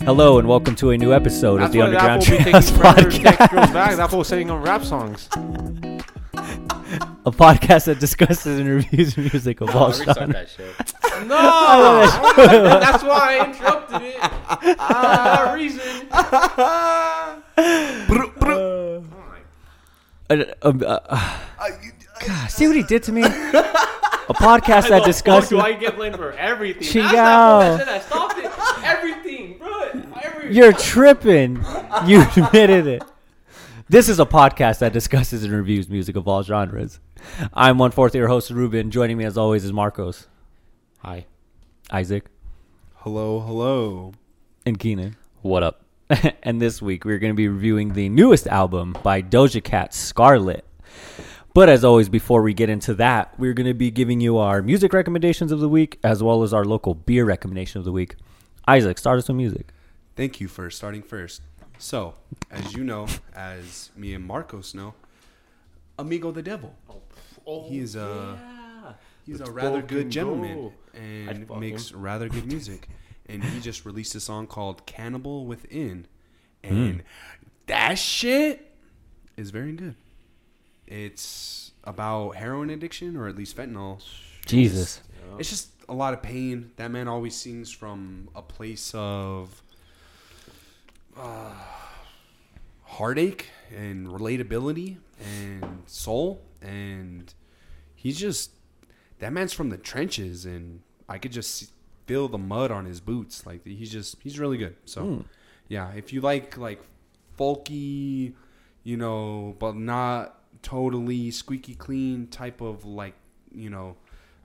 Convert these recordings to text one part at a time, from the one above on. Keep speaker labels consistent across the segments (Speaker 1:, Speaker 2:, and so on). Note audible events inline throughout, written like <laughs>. Speaker 1: Hello and welcome to a new episode of the
Speaker 2: why
Speaker 1: Underground
Speaker 2: that will be taking
Speaker 1: Treehouse
Speaker 2: forever to take girls
Speaker 1: Podcast,
Speaker 2: back. That will singing on rap songs.
Speaker 1: a podcast that discusses and reviews music
Speaker 2: Oh,
Speaker 1: of all genres.
Speaker 2: <laughs> No,
Speaker 1: <laughs>
Speaker 2: that's why I interrupted it. Ah, reason.
Speaker 1: Uh, um, uh, uh, God, see what he did to me? a podcast that discusses.
Speaker 2: Do I get blamed for everything?
Speaker 1: Chill
Speaker 2: that's not
Speaker 1: out.
Speaker 2: what I said. I stopped it. Everything, bro. Everything.
Speaker 1: You're tripping. You <laughs> admitted it. This is a podcast that discusses and reviews music of all genres. I'm one fourth of your host, Ruben. Joining me as always is Marcos,
Speaker 2: Hi.
Speaker 1: Isaac,
Speaker 3: Hello, hello.
Speaker 1: and Keenan.
Speaker 4: What up?
Speaker 1: <laughs> and this week we're going to be reviewing the newest album by Doja Cat, Scarlet. But as always, before we get into that, we're going to be giving you our music recommendations of the week as well as our local beer recommendation of the week. Isaac, start us with music.
Speaker 3: Thank you for starting first. So, as you know, as me and Marcos know, Amigo the Devil.
Speaker 2: Oh,
Speaker 3: He's a
Speaker 2: yeah.
Speaker 3: he's
Speaker 2: Let's
Speaker 3: a rather
Speaker 2: fucking
Speaker 3: good gentleman
Speaker 2: go. I'd
Speaker 3: and
Speaker 2: fuck
Speaker 3: makes
Speaker 2: <laughs>
Speaker 3: rather good music. And he just released a song called Cannibal Within.
Speaker 2: Hmm.
Speaker 3: And that shit is very good. It's about heroin addiction or at least fentanyl.
Speaker 1: Jesus.
Speaker 3: It's just a lot of pain. That man always sings from a place of uh, heartache and relatability and soul. And he's just that man's from the trenches, and I could just s- feel the mud on his boots. Like he's just he's really good. So
Speaker 2: Hmm.
Speaker 3: yeah, if you like like folky, you know, but not totally squeaky clean type of like you know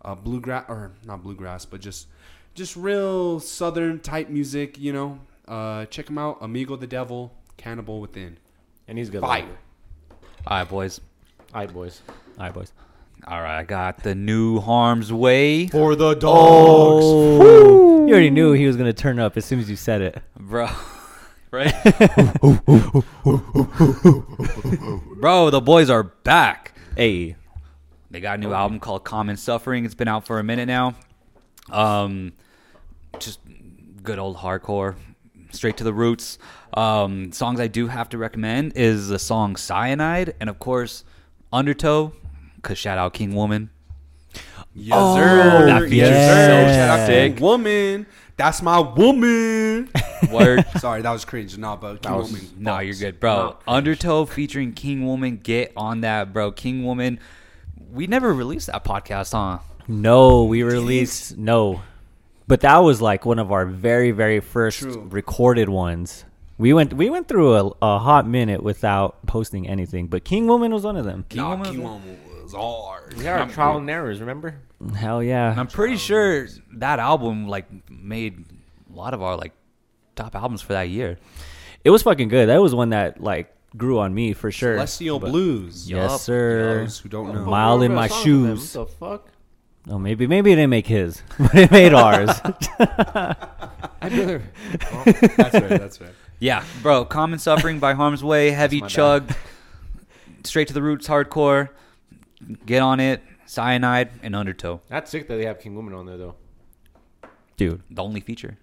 Speaker 3: uh, bluegrass or not bluegrass, but just just real southern type music. You know, uh, check him out. Amigo the Devil, Cannibal Within.
Speaker 2: And he's good.
Speaker 3: Fire.
Speaker 2: looking.
Speaker 4: All right, boys.
Speaker 2: All right, boys.
Speaker 1: All right, boys.
Speaker 4: All right, I got the new Harm's Way,
Speaker 2: For the dogs.
Speaker 1: Oh, you already knew he was going to turn up as soon as you said it.
Speaker 4: bro. <laughs> right? bro, the boys are back.
Speaker 1: Hey,
Speaker 4: They got a new album called Common Suffering. It's been out for a minute now. Um, just good old hardcore, straight to the roots. Um, songs I do have to recommend is the song Cyanide, and of course Undertow. Cause shout out King Woman.
Speaker 3: Yes,
Speaker 1: Oh,
Speaker 3: sir.
Speaker 1: that feature's so
Speaker 3: Shout out to
Speaker 4: sick.
Speaker 3: Woman. That's my woman.
Speaker 4: Word.
Speaker 3: Sorry, that was cringe. Nah, but keep woman.
Speaker 4: No, you're good, bro. Undertow featuring King Woman. Get on that, bro. King Woman. We never released that podcast, huh?
Speaker 1: No, we released no, but that was like one of our very very first
Speaker 3: True.
Speaker 1: recorded ones. We went we went through a, a hot minute without posting anything, but King Woman was one of them.
Speaker 4: King
Speaker 3: Nah,
Speaker 4: Woman.
Speaker 3: King Woman was hard.
Speaker 2: We are trial and errors, remember?
Speaker 1: Hell yeah,
Speaker 4: I'm pretty sure that album like made a lot of our like top albums for that year.
Speaker 1: it was fucking good. That was one that like grew on me for sure.
Speaker 3: Celestial Blues.
Speaker 1: yes,
Speaker 4: Yup.
Speaker 3: For
Speaker 1: sir.
Speaker 3: those who don't know.
Speaker 1: Mile in my shoes.
Speaker 2: What the fuck?
Speaker 1: Oh, maybe maybe it didn't make his, <laughs> but it made ours. <laughs>
Speaker 2: I'd rather.
Speaker 3: <laughs> that's right. That's <laughs> right.
Speaker 4: Yeah, bro. Common Suffering by Harm's Way. Heavy
Speaker 3: my bad.
Speaker 4: chug. Straight to the roots. Hardcore. Get on it. Cyanide and Undertow.
Speaker 2: That's sick that they have King Woman on there, though.
Speaker 1: Dude,
Speaker 4: The only feature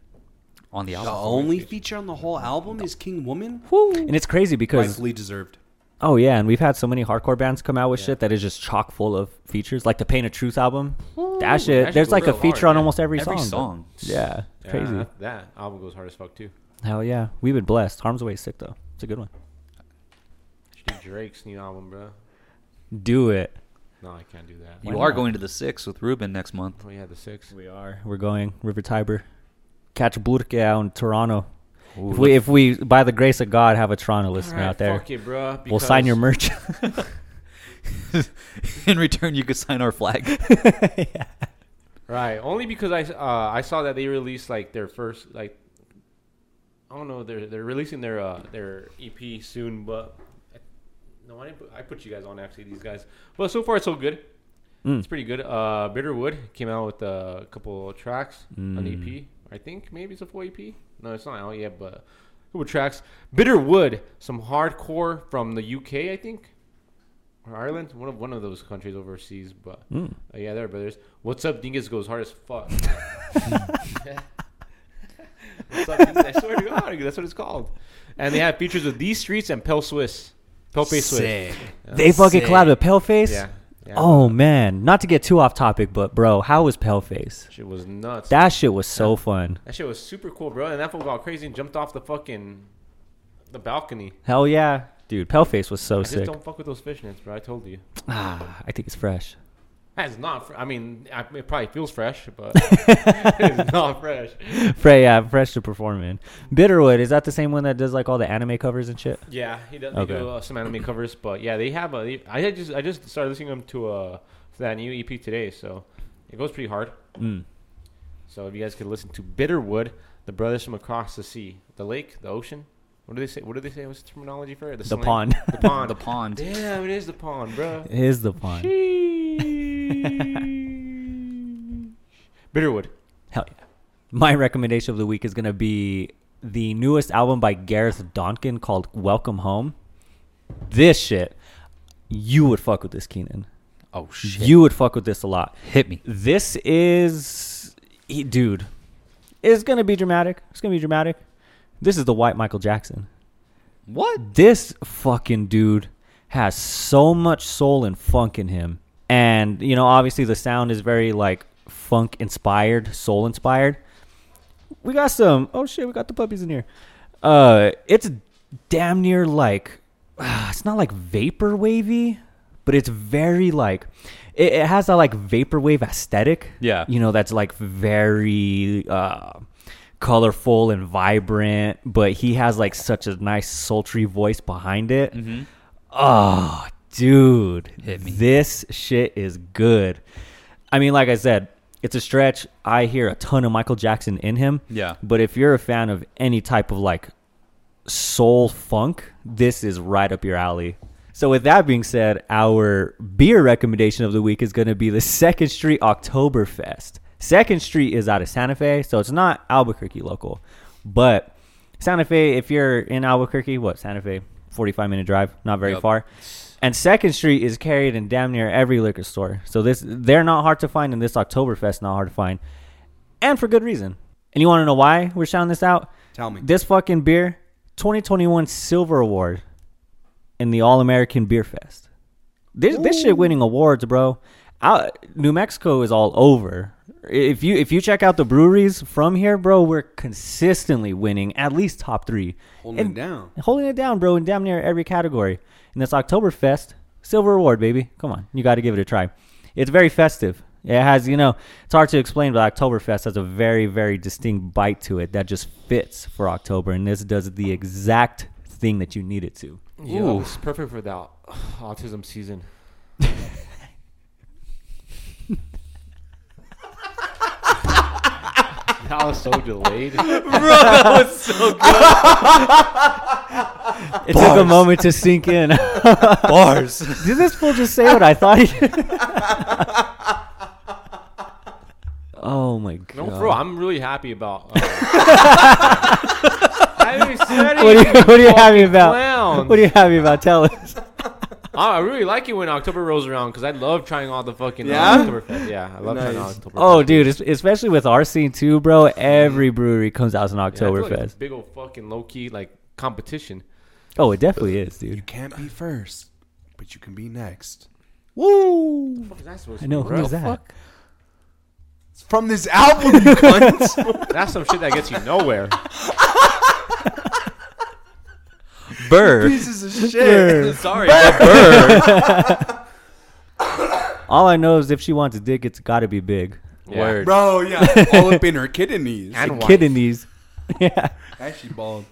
Speaker 4: on the
Speaker 3: The
Speaker 4: album.
Speaker 3: only feature on the whole album is King Woman.
Speaker 1: and it's crazy because
Speaker 3: Rightfully deserved.
Speaker 1: Oh yeah, and we've had so many hardcore bands come out with shit that is just chock full of features, like the Pain of Truth album. that shit,
Speaker 2: that
Speaker 1: there's
Speaker 2: shit
Speaker 1: like a
Speaker 2: goes real
Speaker 1: feature
Speaker 2: hard,
Speaker 1: on
Speaker 2: yeah.
Speaker 1: almost every,
Speaker 4: Every
Speaker 1: song.
Speaker 4: song.
Speaker 1: Yeah, crazy.
Speaker 2: Yeah, that album goes hard as fuck, too.
Speaker 1: Hell yeah, we've been blessed. Harm's Way is sick though. It's a good one.
Speaker 2: Should do Drake's new album, bro.
Speaker 1: Do it.
Speaker 2: No, I can't do that.
Speaker 4: You are going to the six with Ruben next month. <laughs>
Speaker 2: We had the six.
Speaker 1: We are. We're going River Tiber, catch Burke out in Toronto. if we, if we, by the grace of God, have a Toronto listener
Speaker 2: Alright,
Speaker 1: out there,
Speaker 2: Fuck it, bro.
Speaker 1: we'll sign your
Speaker 2: because
Speaker 1: merch. <laughs>
Speaker 4: In return, you could sign our flag.
Speaker 2: Right, only because I uh, I saw that they released like their first like I don't know they're they're releasing their uh, their EP soon, but no, I didn't put, I put you guys on actually these guys. Well, so far it's so good. It's pretty good. Uh, Bitterwood came out with a couple of tracks, an EP, I think maybe it's a full EP. No, it's not out yet, but a couple tracks. Bitterwood, some hardcore from the UK, I think or Ireland, one of one of those countries overseas. But uh, yeah, they're brothers. What's up, Dingus goes hard as fuck. Something- I swear to God, that's what it's called. And they have features with these streets and Pale Swiss, Pale Face Swiss.
Speaker 3: Sick.
Speaker 1: They fucking
Speaker 3: Sick.
Speaker 1: collabed with Paleface.
Speaker 2: Yeah. yeah.
Speaker 1: Oh man, not to get too off topic, but bro, how was Paleface?
Speaker 2: shit was nuts. That,
Speaker 1: That shit was so fun.
Speaker 2: shit was super cool, bro. And that fool got crazy and jumped off the fucking the balcony.
Speaker 1: Hell yeah, dude. Paleface was so
Speaker 2: I
Speaker 1: sick.
Speaker 2: just don't fuck with those fishnets, bro. I told you.
Speaker 1: Ah, I think it's fresh.
Speaker 2: That's not. Fr- I mean, I, it probably feels fresh, but <laughs> it's not fresh.
Speaker 1: <laughs> Frey, yeah, fresh to perform in. Bitterwood is that the same one that does like all the anime covers and shit?
Speaker 2: Yeah, he does
Speaker 1: Okay.
Speaker 2: they do uh, some anime covers, but yeah, they have a. They, I had just I just started listening to them to uh to that new EP today, so it goes pretty hard.
Speaker 1: Mm.
Speaker 2: So if you guys could listen to Bitterwood, the brothers from across the sea, the lake, the ocean. What do they say? What do they say? What's the terminology for it?
Speaker 1: The
Speaker 2: slang?
Speaker 1: pond.
Speaker 2: The pond.
Speaker 4: <laughs> the pond.
Speaker 2: Damn, it is the pond, bro.
Speaker 1: It is the fun.
Speaker 2: Sheesh. Bitterwood.
Speaker 1: <laughs> Hell yeah. My recommendation of the week is gonna be the newest album by Gareth Donkin called Welcome Home. This shit, you would fuck with this, Keenan.
Speaker 4: Oh shit!
Speaker 1: You would fuck with this a lot.
Speaker 4: hit me.
Speaker 1: This is, he- dude, it's gonna be dramatic. It's gonna be dramatic. This is the white Michael Jackson. <laughs>
Speaker 4: What?
Speaker 1: This fucking dude has so much soul and funk in him, and you know, obviously the sound is very like funk inspired, soul inspired. We got some. Oh shit, we got the puppies in here. Uh, it's damn near like <sighs> it's not like vapor wavy, but it's very like it, it has that like vaporwave aesthetic.
Speaker 4: Yeah.
Speaker 1: you know that's like very uh, colorful and vibrant, but he has like such a nice sultry voice behind it. Oh, dude,
Speaker 4: Mm-hmm. Hit me.
Speaker 1: this shit is good. I mean, like I said, it's a stretch. I hear a ton of Michael Jackson in him.
Speaker 4: Yeah.
Speaker 1: But if you're a fan of any type of like soul funk, this is right up your alley. So, with that being said, our beer recommendation of the week is going to be the Second Street Oktoberfest. Second Street is out of Santa Fe, so it's not Albuquerque local. But Santa Fe, if you're in Albuquerque, what, Santa Fe? 45 minute drive, not very
Speaker 4: Yep.
Speaker 1: far. And Second Street is carried in damn near every liquor store. So this they're not hard to find, and this Oktoberfest not hard to find, and for good reason. And you want to know why we're shouting this out?
Speaker 3: Tell me.
Speaker 1: This fucking beer, 2021 Silver Award in the All American Beer Fest. This this shit winning awards, bro. Out, New Mexico is all over. If you if you check out the breweries from here, bro, we're consistently winning at least top three,
Speaker 3: Holding it down.
Speaker 1: holding it down, bro, in damn near every category. And this Oktoberfest Silver Award, baby. Come on, you got to give it a try. It's very festive. It has, you know, it's hard to explain, but Oktoberfest has a very, very distinct bite to it that just fits for October, and this does the exact thing that you need it to.
Speaker 2: Yeah,
Speaker 4: Ooh.
Speaker 2: it's perfect for that <sighs> autism
Speaker 4: <laughs>
Speaker 2: season. <laughs> that was so delayed.
Speaker 1: It took a moment to sink in.
Speaker 3: <laughs>
Speaker 4: Bars.
Speaker 1: Did this fool just say what I thought he? <laughs> oh my god!
Speaker 2: No, bro, I'm really happy
Speaker 3: <laughs>
Speaker 2: about. Uh, I said
Speaker 1: <laughs> what are you, what are you happy about?
Speaker 2: clowns.
Speaker 1: What are you happy about? Tell
Speaker 2: <laughs>
Speaker 1: us.
Speaker 2: I really like it when October rolls around because I love trying all the fucking uh,
Speaker 3: Yeah?
Speaker 2: Oktoberfest. Yeah, I love trying all
Speaker 3: Nice.
Speaker 2: Oktoberfest.
Speaker 1: Oh, dude, es- especially with our scene too, bro. Every brewery comes out as an
Speaker 2: Yeah, I feel like it's
Speaker 1: Oktoberfest.
Speaker 2: a big old fucking low key like competition.
Speaker 1: Oh, it definitely is, dude.
Speaker 3: You can't be first, but you can be next.
Speaker 1: Woo!
Speaker 2: What is that supposed
Speaker 1: I
Speaker 2: to
Speaker 1: know
Speaker 2: be,
Speaker 1: who
Speaker 2: bro?
Speaker 1: is that?
Speaker 3: It's from <laughs> this album, you <laughs>
Speaker 2: <laughs>
Speaker 3: cunts.
Speaker 2: That's some shit that gets you
Speaker 1: <laughs>
Speaker 2: nowhere.
Speaker 3: <laughs>
Speaker 4: Burr.
Speaker 3: Pieces of shit.
Speaker 4: Sorry, but burr.
Speaker 1: All I know is if she wants a dick, it's got to be big.
Speaker 2: Yeah.
Speaker 4: Word.
Speaker 3: Bro, yeah. All up in her kidneys.
Speaker 2: And wife.
Speaker 1: Kidneys. <laughs> yeah.
Speaker 3: Actually bald.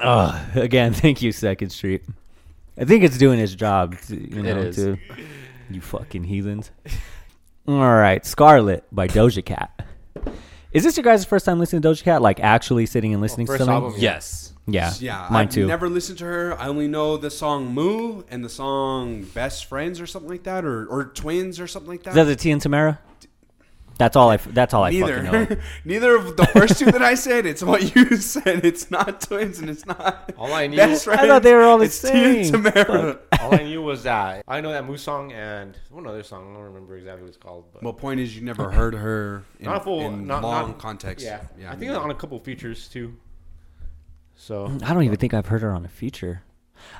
Speaker 1: Uh, again, <laughs> thank you, Second Street. I think it's doing its job. To, you know,
Speaker 4: is.
Speaker 1: To, you fucking heathens. All right, Scarlet by Doja Cat. Is this your guys' first time listening to Doja Cat? Like actually sitting and listening
Speaker 2: Oh, first
Speaker 1: to something?
Speaker 2: album.
Speaker 4: Yes.
Speaker 1: Yeah,
Speaker 3: Yeah,
Speaker 1: mine
Speaker 3: I've
Speaker 1: too.
Speaker 3: never listened to her. I only know the song Moo and the song Best Friends or something like that, or, or Twins or something like that.
Speaker 1: Is that the T and Tamara? That's all I. f- That's all I fucking know. <laughs>
Speaker 3: Neither, <laughs> neither of the first two that I said. It's what you <laughs> said. It's not twins, and it's not.
Speaker 2: All
Speaker 3: <laughs>
Speaker 2: I knew-
Speaker 3: That's right.
Speaker 1: I thought they were all the
Speaker 3: it's Tia and
Speaker 1: same.
Speaker 3: <laughs> Tamara.
Speaker 2: All I knew was that I know that Moose song and one other song. I don't remember exactly what it's called, but
Speaker 3: Well, point is, you never heard her in,
Speaker 2: not a full,
Speaker 3: in
Speaker 2: not,
Speaker 3: long
Speaker 2: not,
Speaker 3: context.
Speaker 2: Yeah,
Speaker 3: yeah.
Speaker 2: I think
Speaker 3: mean,
Speaker 2: on a couple features too. So
Speaker 1: I don't even think I've heard her on a feature.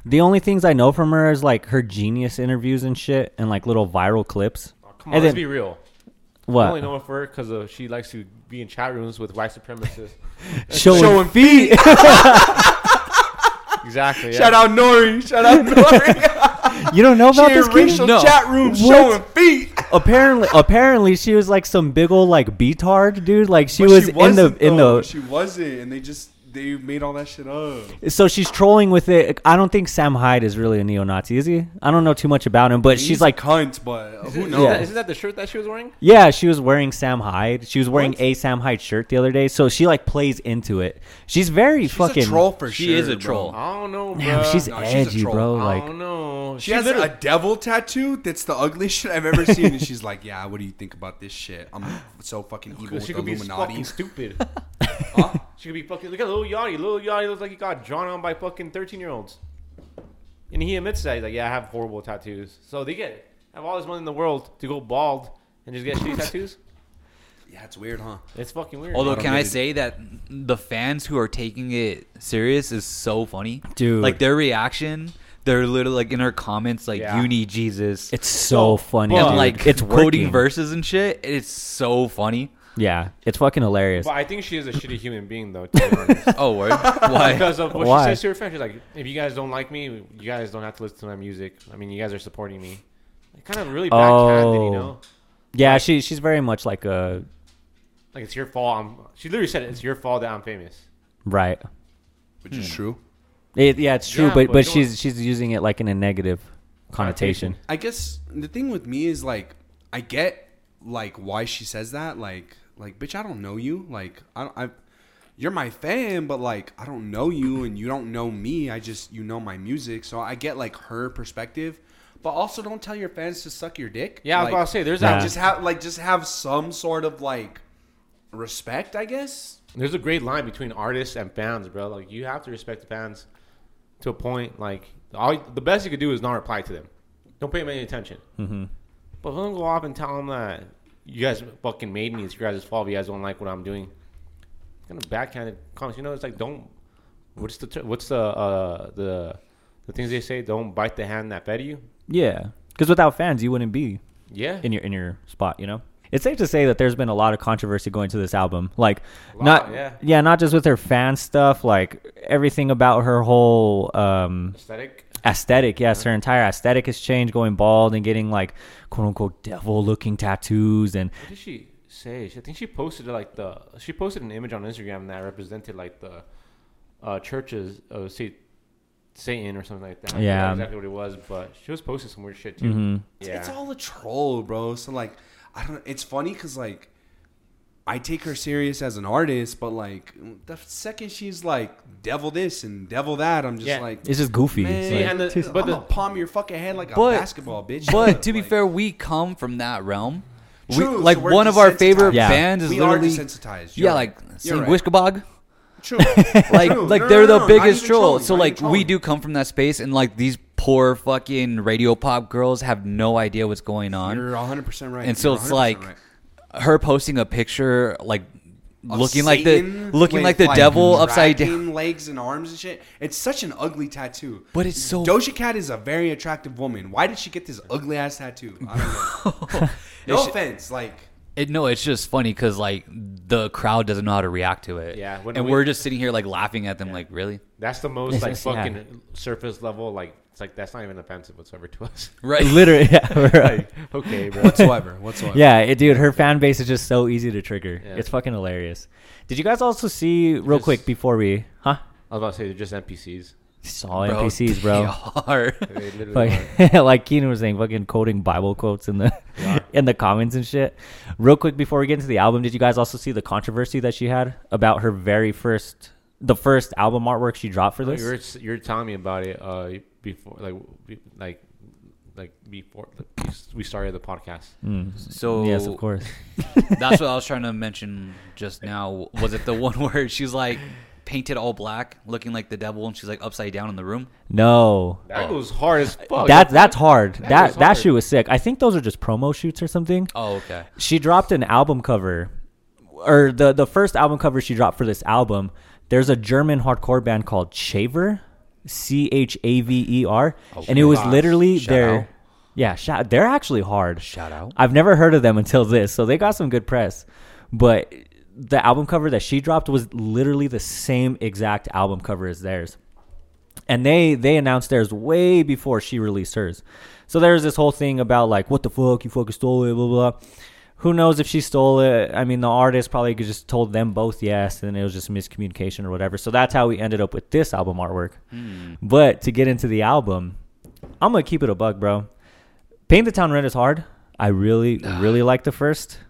Speaker 1: The only things I know from her is like her genius interviews and shit, and like little viral clips.
Speaker 2: oh, come on,
Speaker 1: And
Speaker 2: let's
Speaker 1: then-
Speaker 2: be real. I only
Speaker 1: What?
Speaker 2: know her for because she likes to be in chat rooms with white
Speaker 3: <laughs>
Speaker 2: supremacists.
Speaker 1: Showing,
Speaker 3: Showing
Speaker 1: feet.
Speaker 2: exactly. Yeah.
Speaker 3: Shout out Nori.
Speaker 1: <laughs>
Speaker 3: Shout out
Speaker 1: <laughs>
Speaker 3: Nori.
Speaker 1: you don't know about
Speaker 3: she
Speaker 1: this
Speaker 3: <laughs> in
Speaker 1: kid?
Speaker 3: racial
Speaker 4: No.
Speaker 3: chat room
Speaker 1: What?
Speaker 3: showing feet.
Speaker 1: apparently, apparently she was like some big old like beatard dude. Like she was in the in the.
Speaker 3: She wasn't, and they just they made all that shit up.
Speaker 1: So she's trolling with it. I don't think Sam Hyde is really a neo-Nazi, is he? I don't know too much about him, but she's like,
Speaker 3: cunt, but who
Speaker 2: Isn't,
Speaker 3: knows?
Speaker 2: that, isn't that the shirt that she was wearing?
Speaker 1: yeah, she was wearing Sam Hyde. She was wearing
Speaker 3: What?
Speaker 1: a Sam Hyde shirt the other day, so she like plays into it. She's very
Speaker 3: She's
Speaker 1: fucking
Speaker 3: a troll for
Speaker 4: She
Speaker 3: sure.
Speaker 4: is a
Speaker 3: bro.
Speaker 4: troll.
Speaker 2: I don't know, bro.
Speaker 1: Oh. Damn, she's
Speaker 3: no, she's a
Speaker 1: edgy,
Speaker 3: troll.
Speaker 1: bro.
Speaker 2: I
Speaker 1: Like
Speaker 2: don't know.
Speaker 3: She
Speaker 2: <laughs>
Speaker 3: has a devil tattoo. That's the ugliest <laughs> shit I've ever seen. And she's like, "Yeah, what do you think about this shit? I'm so fucking evil with
Speaker 2: she
Speaker 3: the
Speaker 2: could be
Speaker 3: Illuminati."
Speaker 2: fucking stupid.
Speaker 3: <laughs>
Speaker 2: She could be fucking. Look at Lil Yachty. Lil Yachty looks like he got drawn on by fucking thirteen year olds, and he admits that. He's like, "Yeah, I have horrible tattoos." So they get have all this money in the world to go bald and just get
Speaker 3: <laughs>
Speaker 2: shitty tattoos.
Speaker 3: Yeah, it's weird, huh?
Speaker 2: It's fucking weird.
Speaker 4: Although,
Speaker 3: don't
Speaker 4: can I
Speaker 3: really-
Speaker 4: say that the fans who are taking it serious is so funny,
Speaker 1: Dude.
Speaker 4: Like their reaction, they're literally like in her comments, like
Speaker 2: Yeah.
Speaker 4: "You need Jesus."
Speaker 1: it's so funny.
Speaker 4: and
Speaker 1: dude.
Speaker 4: like
Speaker 1: it's
Speaker 4: quoting
Speaker 1: working.
Speaker 4: verses and shit. and It's so funny.
Speaker 1: Yeah, it's fucking hilarious.
Speaker 2: but I think she is a shitty human being, though. To be honest.
Speaker 4: Oh,
Speaker 3: <laughs>
Speaker 4: word. Why?
Speaker 2: Because of
Speaker 1: <laughs>
Speaker 2: what
Speaker 1: Why?
Speaker 2: she says to her fans, she's like, "If you guys don't like me, you guys don't have to listen to my music. I mean, you guys are supporting me." Like, kind of really backhanded,
Speaker 1: Oh.
Speaker 2: you know.
Speaker 1: Yeah, she she's very much like a
Speaker 2: Like it's your fault. I'm. She literally said, "It's your fault that I'm famous."
Speaker 1: right.
Speaker 3: Which is true.
Speaker 1: It, yeah, it's true,
Speaker 2: Yeah,
Speaker 1: but
Speaker 2: but
Speaker 1: but
Speaker 2: you
Speaker 1: she's she's using it like in a negative connotation.
Speaker 3: I guess the thing with me is like, I get like why she says that. Like, like bitch, I don't know you. Like, I, don't- I you're my fan, but like, I don't know you, and you don't know me. I just you know my music, so I get like her perspective. But also, don't tell your fans to suck your dick.
Speaker 2: Yeah, I was
Speaker 3: like,
Speaker 2: about to say, there's
Speaker 1: Nah.
Speaker 2: that.
Speaker 1: Yeah.
Speaker 3: just have like just have some sort of like respect, I guess.
Speaker 2: There's a great line between artists and fans, bro. Like you have to respect the fans to a point. Like all the best you could do is not reply to them. Don't pay them any attention. Mm-hmm. But don't go off and tell them that you guys fucking made me. It's your guys' fault. If you guys don't like what I'm doing. Kind of backhanded comments. You know, it's like don't. What's the ter- what's the uh, the the things they say? Don't bite the hand that fed you.
Speaker 1: Yeah, because without fans, you wouldn't be
Speaker 2: Yeah.
Speaker 1: in your in your spot. You know, it's safe to say that there's been a lot of controversy going to this album. Like,
Speaker 2: lot,
Speaker 1: not
Speaker 2: yeah.
Speaker 1: yeah, not just with her fan stuff. Like everything about her whole um,
Speaker 2: Aesthetic.
Speaker 1: aesthetic. Yes, her entire aesthetic has changed, going bald and getting like quote unquote devil looking tattoos and
Speaker 2: What did she say? She- I think she posted like the she posted an image on Instagram that represented like the uh, churches of Sa- Satan or something like that. I forgot
Speaker 1: Yeah. Mm-hmm.
Speaker 2: exactly what it was. But she was posting some weird shit too. Yeah,
Speaker 3: It's all a troll, bro. So like, I don't. It's funny because like, I take her serious as an artist, but like, the second she's like devil this and devil that, I'm just
Speaker 2: Yeah.
Speaker 3: like,
Speaker 1: it's just goofy.
Speaker 3: man,
Speaker 2: See, and the-
Speaker 3: but
Speaker 2: but
Speaker 3: I'm
Speaker 2: the-
Speaker 3: gonna palm your fucking head like a
Speaker 4: But-
Speaker 3: basketball, bitch. <laughs>
Speaker 4: But to be
Speaker 3: Like,
Speaker 4: fair, we come from that realm. We,
Speaker 3: True, so
Speaker 4: like
Speaker 3: we're
Speaker 4: one of our favorite
Speaker 1: desensitized. Yeah.
Speaker 4: bands is
Speaker 3: we are
Speaker 4: literally
Speaker 3: desensitized. You're
Speaker 4: yeah,
Speaker 3: right.
Speaker 4: like
Speaker 3: You're
Speaker 4: Sing
Speaker 3: right.
Speaker 4: Wishkabog. <laughs>
Speaker 3: True.
Speaker 4: like
Speaker 3: True.
Speaker 4: like
Speaker 3: No, no,
Speaker 4: they're the
Speaker 3: no, not
Speaker 4: biggest
Speaker 3: even
Speaker 4: troll.
Speaker 3: trolling,
Speaker 4: so
Speaker 3: not
Speaker 4: like
Speaker 3: even
Speaker 4: we
Speaker 3: trolling.
Speaker 4: do come from that space, and like these poor fucking radio pop girls have no idea what's going on,
Speaker 3: You're 100 percent right.
Speaker 4: and so
Speaker 3: You're
Speaker 4: it's
Speaker 3: 100%
Speaker 4: like
Speaker 3: right.
Speaker 4: her posting a picture like
Speaker 3: of
Speaker 4: looking like the
Speaker 3: Satan
Speaker 4: looking
Speaker 3: with,
Speaker 4: like the devil upside
Speaker 3: dragging
Speaker 4: down.
Speaker 3: legs and arms and shit. It's such an ugly tattoo.
Speaker 4: But it's so
Speaker 3: Doja Cat is a very attractive woman. Why did she get this ugly ass tattoo? I don't know.
Speaker 4: <laughs>
Speaker 3: <laughs> no
Speaker 4: It's-
Speaker 3: offense, like
Speaker 4: It, no, it's just funny because like the crowd doesn't know how to react to it.
Speaker 2: Yeah, when
Speaker 4: and
Speaker 2: we-
Speaker 4: we, are just sitting here like laughing at them, like really, <laughs>
Speaker 2: that's the most like
Speaker 1: Yeah.
Speaker 2: fucking surface level. Like it's like that's not even offensive whatsoever to
Speaker 3: <laughs>
Speaker 2: us.
Speaker 4: right?
Speaker 1: Literally, <laughs> yeah, right.
Speaker 2: okay, bro.
Speaker 3: whatsoever,
Speaker 4: <laughs>
Speaker 3: whatsoever.
Speaker 1: yeah, it, dude. Her fan base is just so easy to trigger.
Speaker 2: Yeah.
Speaker 1: It's fucking hilarious. Did you guys also see real
Speaker 2: Just-
Speaker 1: quick before we huh?
Speaker 2: I was about to say they're just NPCs.
Speaker 1: It's all
Speaker 4: Bro,
Speaker 1: NPCs,
Speaker 4: <laughs>
Speaker 1: bro.
Speaker 4: they
Speaker 3: <laughs>
Speaker 4: are.
Speaker 2: They literally are.
Speaker 1: Like, <laughs> like Keenan was saying, fucking quoting Bible quotes in the <laughs> in the comments and shit. Real quick before we get into the album, did you guys also see the controversy that she had about her very first, the first album artwork she dropped for
Speaker 2: No,
Speaker 1: this?
Speaker 2: you were you were telling me about it uh, before, like be- like like before we started the podcast.
Speaker 1: Mm.
Speaker 4: So
Speaker 1: yes, of course.
Speaker 4: That's what I was trying to mention just now. Was it the one <laughs> where she's like painted all black, looking like the devil, and she's like upside down in the room?
Speaker 1: No,
Speaker 2: That goes hard as fuck.
Speaker 1: that that's hard. That
Speaker 2: Oh, That
Speaker 1: that,
Speaker 2: was hard.
Speaker 1: shoot was sick. I think those are just promo shoots or something.
Speaker 4: Oh, okay.
Speaker 1: She dropped an album cover, or the the first album cover she dropped for this album. There's a German hardcore band called Shaver, C H A V E R, and it was
Speaker 3: gosh.
Speaker 1: literally
Speaker 4: Shout
Speaker 1: their.
Speaker 4: out.
Speaker 1: Yeah, shout, they're actually hard.
Speaker 4: Shout out.
Speaker 1: I've never heard of them until this, so they got some good press. But the album cover that she dropped was literally the same exact album cover as theirs. And they they announced theirs way before she released hers. So there's this whole thing about like what the fuck you fucking stole it, blah blah. blah. Who knows if she stole it? I mean, the artist probably could just told them both yes, and it was just miscommunication or whatever. So that's how we ended up with this album artwork.
Speaker 4: Hmm.
Speaker 1: But to get into the album, I'm gonna keep it a bug, bro. Paint the Town Red is hard. I
Speaker 3: <sighs>
Speaker 1: really, really like the first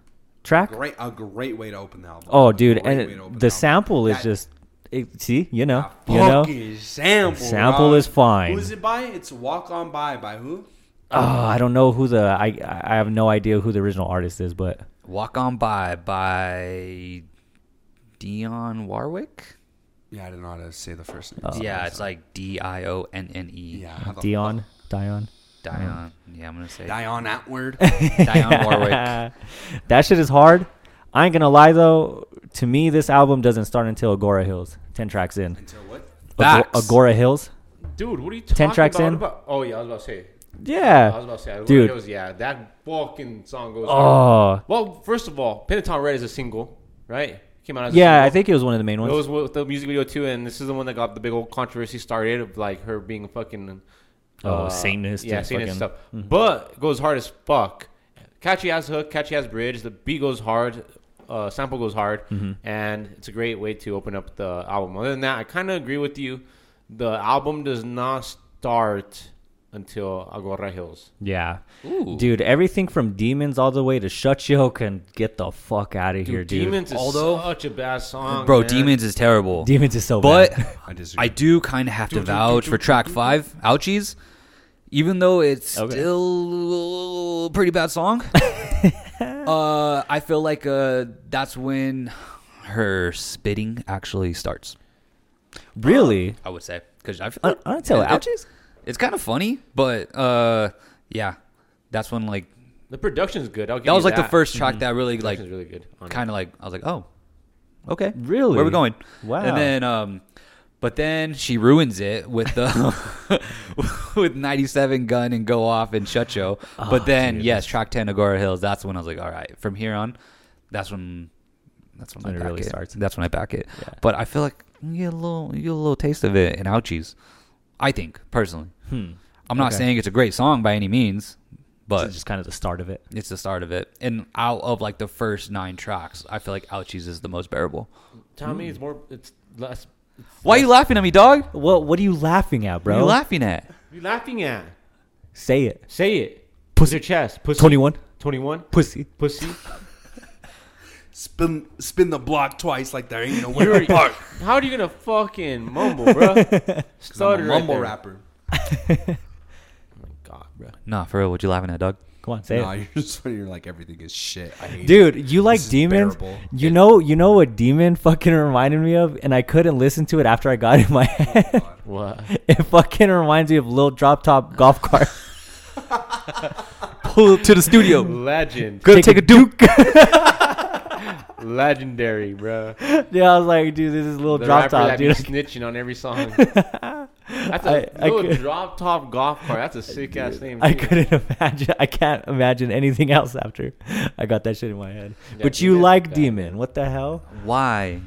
Speaker 1: track.
Speaker 3: Great, a great way to open the album.
Speaker 1: Oh,
Speaker 3: A
Speaker 1: dude,
Speaker 3: great
Speaker 1: and
Speaker 3: way to open
Speaker 1: it,
Speaker 3: album.
Speaker 1: the sample is
Speaker 3: That Ah,
Speaker 1: just it, see, you know, you know.
Speaker 3: fucking sample.
Speaker 1: Sample
Speaker 3: Rob.
Speaker 1: is fine.
Speaker 3: Who is it by? It's Walk On By by who?
Speaker 1: Oh, I don't know who the I I have no idea who the original artist is, but
Speaker 4: Walk on by by Dion Warwick.
Speaker 3: Yeah, I didn't know how to say the first name.
Speaker 1: Uh,
Speaker 4: yeah, it's like D I O N N E.
Speaker 3: yeah. how the
Speaker 1: Dion, Dion.
Speaker 4: Dion. Yeah, I'm gonna say
Speaker 3: fuck- Dion
Speaker 1: <laughs>
Speaker 3: Atward.
Speaker 4: Dion Warwick.
Speaker 1: that shit is hard. I ain't gonna lie though. To me, this album doesn't start until Agora Hills. Ten tracks in.
Speaker 3: Until what?
Speaker 1: Agora,
Speaker 4: Facts.
Speaker 1: Agora Hills.
Speaker 2: dude. What are you talking
Speaker 1: tracks
Speaker 2: about?
Speaker 1: in?
Speaker 2: About- Oh yeah, I was about to say.
Speaker 1: Yeah.
Speaker 2: I was about to say.
Speaker 1: Dude.
Speaker 2: Dude, was, yeah, that fucking song goes. hard.
Speaker 1: Oh.
Speaker 2: Well, first of all, Pentaton Red is a single, right? Came out as a
Speaker 1: Yeah,
Speaker 2: single.
Speaker 1: I think it was one of the main ones.
Speaker 2: It was with the music video too, and this is the one that got the big old controversy started of like her being a fucking uh,
Speaker 1: Oh, Satanist
Speaker 2: yeah,
Speaker 1: and
Speaker 2: Satanist
Speaker 1: fucking-
Speaker 2: stuff.
Speaker 4: Mm-hmm.
Speaker 2: But it goes hard as fuck. Catchy as hook, catchy as bridge. The beat goes hard, uh, sample goes hard,
Speaker 4: Mm-hmm.
Speaker 2: and it's a great way to open up the album. Other than that, I kind of agree with you. The album does not start until Agora Hills.
Speaker 1: Yeah.
Speaker 4: Ooh.
Speaker 1: Dude, everything from Demons all the way to Shut <laughs> Yoke and get the fuck out of here, dude.
Speaker 2: Demons is
Speaker 4: Although-
Speaker 2: such a bad song,
Speaker 4: Bro,
Speaker 2: man.
Speaker 4: Demons is terrible.
Speaker 1: Demons is so
Speaker 4: but
Speaker 1: bad.
Speaker 3: I disagree.
Speaker 4: I do kind of have to vouch for track five, Ouchies, even though it's
Speaker 1: Okay.
Speaker 4: still a pretty bad song. uh, I feel like uh, that's when her spitting actually starts. <gasps>
Speaker 1: Really?
Speaker 4: I would say because I feel
Speaker 1: I- I don't tell
Speaker 4: it-
Speaker 1: Ouchies.
Speaker 4: It's kind of funny, but uh, yeah, that's when like
Speaker 2: the production's good. I'll give
Speaker 4: that was
Speaker 2: you
Speaker 4: like the first track that really like
Speaker 2: Production's really good. on it.
Speaker 4: kind of like I was like, oh, okay,
Speaker 1: Really?
Speaker 4: where we going?
Speaker 1: Wow.
Speaker 4: And then, um, but then she ruins it with the <laughs> with ninety seven gun and go off and shut show.
Speaker 1: Oh,
Speaker 4: but then, yes, track ten Agora Hills. That's when I was like, all right, from here on, that's when that's when,
Speaker 1: When
Speaker 4: I
Speaker 1: it
Speaker 4: back
Speaker 1: really
Speaker 4: it.
Speaker 1: starts.
Speaker 4: That's when I back it.
Speaker 1: Yeah.
Speaker 4: But I feel like you get a little you get a little taste of it in ouchies. I think personally,
Speaker 1: Hmm.
Speaker 4: I'm not
Speaker 1: Okay.
Speaker 4: saying it's a great song by any means,
Speaker 1: This
Speaker 4: but
Speaker 1: is just kind of the start of it.
Speaker 4: it's the start of it. And out of like the first nine tracks, I feel like Ouchies is the most bearable. Mm.
Speaker 2: Tommy is more. It's less.
Speaker 4: Why are you laughing at me, dog?
Speaker 1: What What are you laughing at,
Speaker 4: What are
Speaker 1: bro?
Speaker 4: you laughing at?
Speaker 2: You laughing at?
Speaker 1: Say it.
Speaker 2: Say it. Puss your chest. Pussy.
Speaker 1: 21.
Speaker 2: 21.
Speaker 1: Pussy.
Speaker 2: Pussy.
Speaker 3: spin spin the block twice like there
Speaker 1: <laughs>
Speaker 3: ain't no way.
Speaker 2: You're-
Speaker 3: to park.
Speaker 2: How are you gonna fucking mumble, bro?
Speaker 3: I'm a
Speaker 2: Stutter.
Speaker 3: mumble
Speaker 2: right there.
Speaker 3: rapper.
Speaker 2: Oh my god, bro.
Speaker 4: Nah, for real, what you laughing at, dog?
Speaker 1: Come on, say
Speaker 3: Nah, <laughs>
Speaker 1: it.
Speaker 3: you're just funny. You're like everything is shit. I hate it.
Speaker 1: Dude, you like
Speaker 3: is
Speaker 1: demons?
Speaker 3: bearable.
Speaker 1: You know, you know what demon <laughs> fucking reminded me of, and I couldn't listen to it after I got <laughs> it in my head.
Speaker 2: What?
Speaker 1: it fucking reminds me of little drop top golf cart.
Speaker 4: <laughs> Pull to
Speaker 1: <laughs>
Speaker 4: the
Speaker 2: <laughs>
Speaker 4: studio.
Speaker 2: Legend.
Speaker 4: Gonna take, a duke. <laughs>
Speaker 2: Legendary, bro. The
Speaker 1: yeah, I was like, dude, this is little drop
Speaker 2: rapper
Speaker 1: top,
Speaker 2: that be
Speaker 1: dude.
Speaker 2: snitching on every song. That's a
Speaker 1: I- I
Speaker 2: little
Speaker 1: could-
Speaker 2: drop top golf cart. That's a sick ass name.
Speaker 1: <laughs> I
Speaker 2: too.
Speaker 1: couldn't imagine. I can't imagine anything else after I got that shit in my head. but you
Speaker 2: Demon,
Speaker 1: like
Speaker 2: okay.
Speaker 1: Demon? What the hell?
Speaker 4: Why?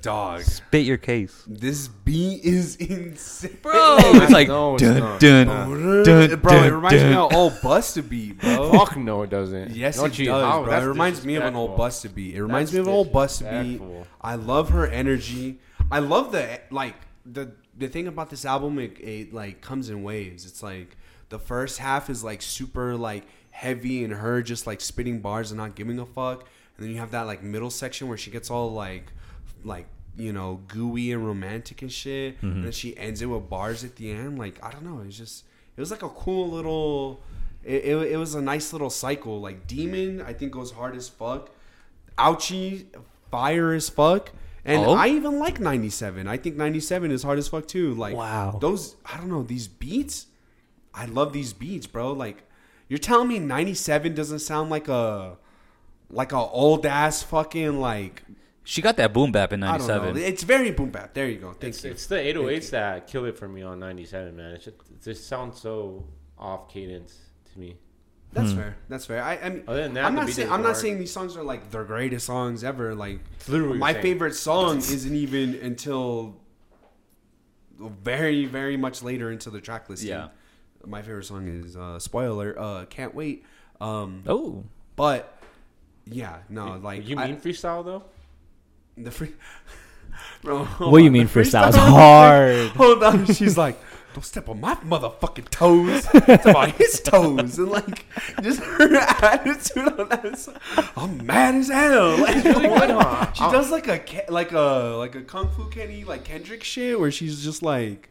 Speaker 3: dog.
Speaker 4: Spit
Speaker 3: <laughs>
Speaker 4: your case.
Speaker 3: This beat is <laughs> insane,
Speaker 4: Bro,
Speaker 2: That's-
Speaker 4: it's like
Speaker 2: no, it's
Speaker 4: dun,
Speaker 2: not.
Speaker 4: dun,
Speaker 3: bro.
Speaker 4: dun,
Speaker 3: it
Speaker 4: dun,
Speaker 3: reminds me
Speaker 4: dun.
Speaker 3: of an old Busta beat, bro.
Speaker 2: Fuck no, it doesn't.
Speaker 3: <laughs> Yes,
Speaker 2: Don't
Speaker 3: it
Speaker 2: you-
Speaker 3: does,
Speaker 2: how-
Speaker 3: bro.
Speaker 2: that's
Speaker 3: It reminds me of an old
Speaker 2: disrespectful.
Speaker 3: Busta beat. It reminds
Speaker 2: That's
Speaker 3: me of an old Busta beat.
Speaker 2: disrespectful.
Speaker 3: I love her energy. I love the like the the thing about this album. It, it like comes in waves. It's like the first half is like super like heavy and her just like spitting bars and not giving a fuck. And then you have that like middle section where she gets all like like you know
Speaker 2: Mm-hmm.
Speaker 3: gooey and romantic and shit. And then she ends it with bars at the end. Like I don't know. It's just it was like a cool little. It, it, it was a nice little cycle. Like Demon, I think goes hard as fuck. Ouchie, fire as fuck. And
Speaker 4: Oh?
Speaker 3: I even like 97. I think 97 is hard as fuck too. Like
Speaker 1: Wow.
Speaker 3: those I don't know, these beats. I love these beats, bro. Like you're telling me 97 doesn't sound like a like a old ass fucking like
Speaker 4: She got that boom bap in
Speaker 3: I don't know.
Speaker 4: '97.
Speaker 3: It's very boom bap. There you go. Thank
Speaker 2: It's,
Speaker 3: you.
Speaker 2: it's the 808s that kill it for me on 97, man. It just, it just sounds so off cadence to me.
Speaker 3: That's fair. That's fair. I, I mean,
Speaker 2: Other than that,
Speaker 3: I'm
Speaker 2: the
Speaker 3: not
Speaker 2: beat
Speaker 3: saying
Speaker 2: is
Speaker 3: I'm
Speaker 2: hard.
Speaker 3: not saying these songs are like the greatest songs ever. Like
Speaker 2: literally what you're
Speaker 3: my
Speaker 2: saying.
Speaker 3: favorite song isn't even until very, very much later into the track listing.
Speaker 4: Yeah.
Speaker 3: My favorite song is uh, spoiler. Uh, Can't wait. Um,
Speaker 1: <laughs> Oh,
Speaker 3: but yeah, no, like
Speaker 2: you
Speaker 3: I-
Speaker 2: mean freestyle though?
Speaker 3: the free. <laughs> Bro,
Speaker 1: What do you mean freestyle?
Speaker 3: <laughs>
Speaker 1: It's hard.
Speaker 3: Hold on, she's like, "Don't step on my motherfucking toes." Step on his toes, and like, just her <laughs> attitude on that. Song. I'm mad as hell. <laughs> Like,
Speaker 2: good, huh?
Speaker 3: She does like a Ke- like a like a kung fu Kenny like Kendrick shit, where she's just like,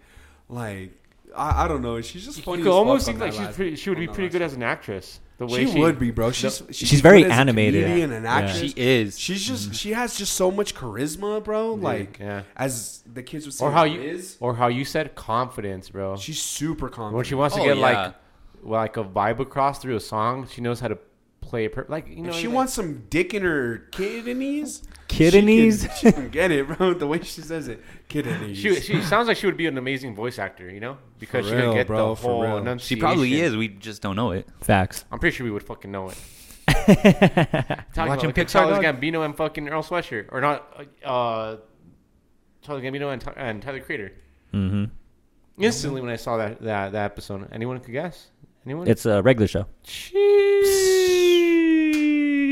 Speaker 3: like I, I don't know. She's just funny.
Speaker 2: You
Speaker 3: as
Speaker 2: could
Speaker 3: fuck
Speaker 2: almost
Speaker 3: on
Speaker 2: think like
Speaker 3: that
Speaker 2: she's
Speaker 3: last-
Speaker 2: pretty, she would
Speaker 3: on
Speaker 2: be
Speaker 3: that
Speaker 2: pretty
Speaker 3: last
Speaker 2: good as an actress. The way
Speaker 3: she,
Speaker 2: she,
Speaker 3: would be, bro. She's she's,
Speaker 1: She's very
Speaker 3: good as a
Speaker 1: animated.
Speaker 3: comedian and
Speaker 1: Yeah.
Speaker 3: actress.
Speaker 4: She is.
Speaker 3: She's just she has just so much charisma, bro. Like
Speaker 2: Mm-hmm. yeah.
Speaker 3: as the kids would say,
Speaker 2: or how you
Speaker 3: is
Speaker 2: or how you said confidence, bro.
Speaker 3: she's super
Speaker 2: when
Speaker 3: confident.
Speaker 2: she wants to
Speaker 4: Oh,
Speaker 2: get
Speaker 4: yeah.
Speaker 2: like well, like a vibe across through a song, she knows how to play it per- like you know.
Speaker 3: if she
Speaker 2: like-
Speaker 3: wants some dick in her kidneys,
Speaker 1: Kidneys?
Speaker 3: She can, <laughs> she can get it, bro. The way she says it, kidneys.
Speaker 2: She, she sounds like she would be an amazing voice actor, you know, because she
Speaker 3: real,
Speaker 2: can get
Speaker 3: bro,
Speaker 2: the
Speaker 3: for
Speaker 2: whole
Speaker 3: real. She
Speaker 4: She
Speaker 2: enunciation.
Speaker 4: probably is. We just don't know it.
Speaker 1: <laughs> facts.
Speaker 2: I'm pretty sure we would fucking know it. Talking
Speaker 4: Watching
Speaker 2: about, like,
Speaker 4: Pixar,
Speaker 2: Charles
Speaker 4: dog?
Speaker 2: Gambino and fucking Earl Sweatshirt, or not? uh, Uh, Charles Gambino and, Ty- and Tyler Creator.
Speaker 1: hmm
Speaker 4: Mm-hmm.
Speaker 2: Instantly, when I saw that, that that episode, anyone could guess. Anyone?
Speaker 1: It's a regular show.
Speaker 2: Jeez.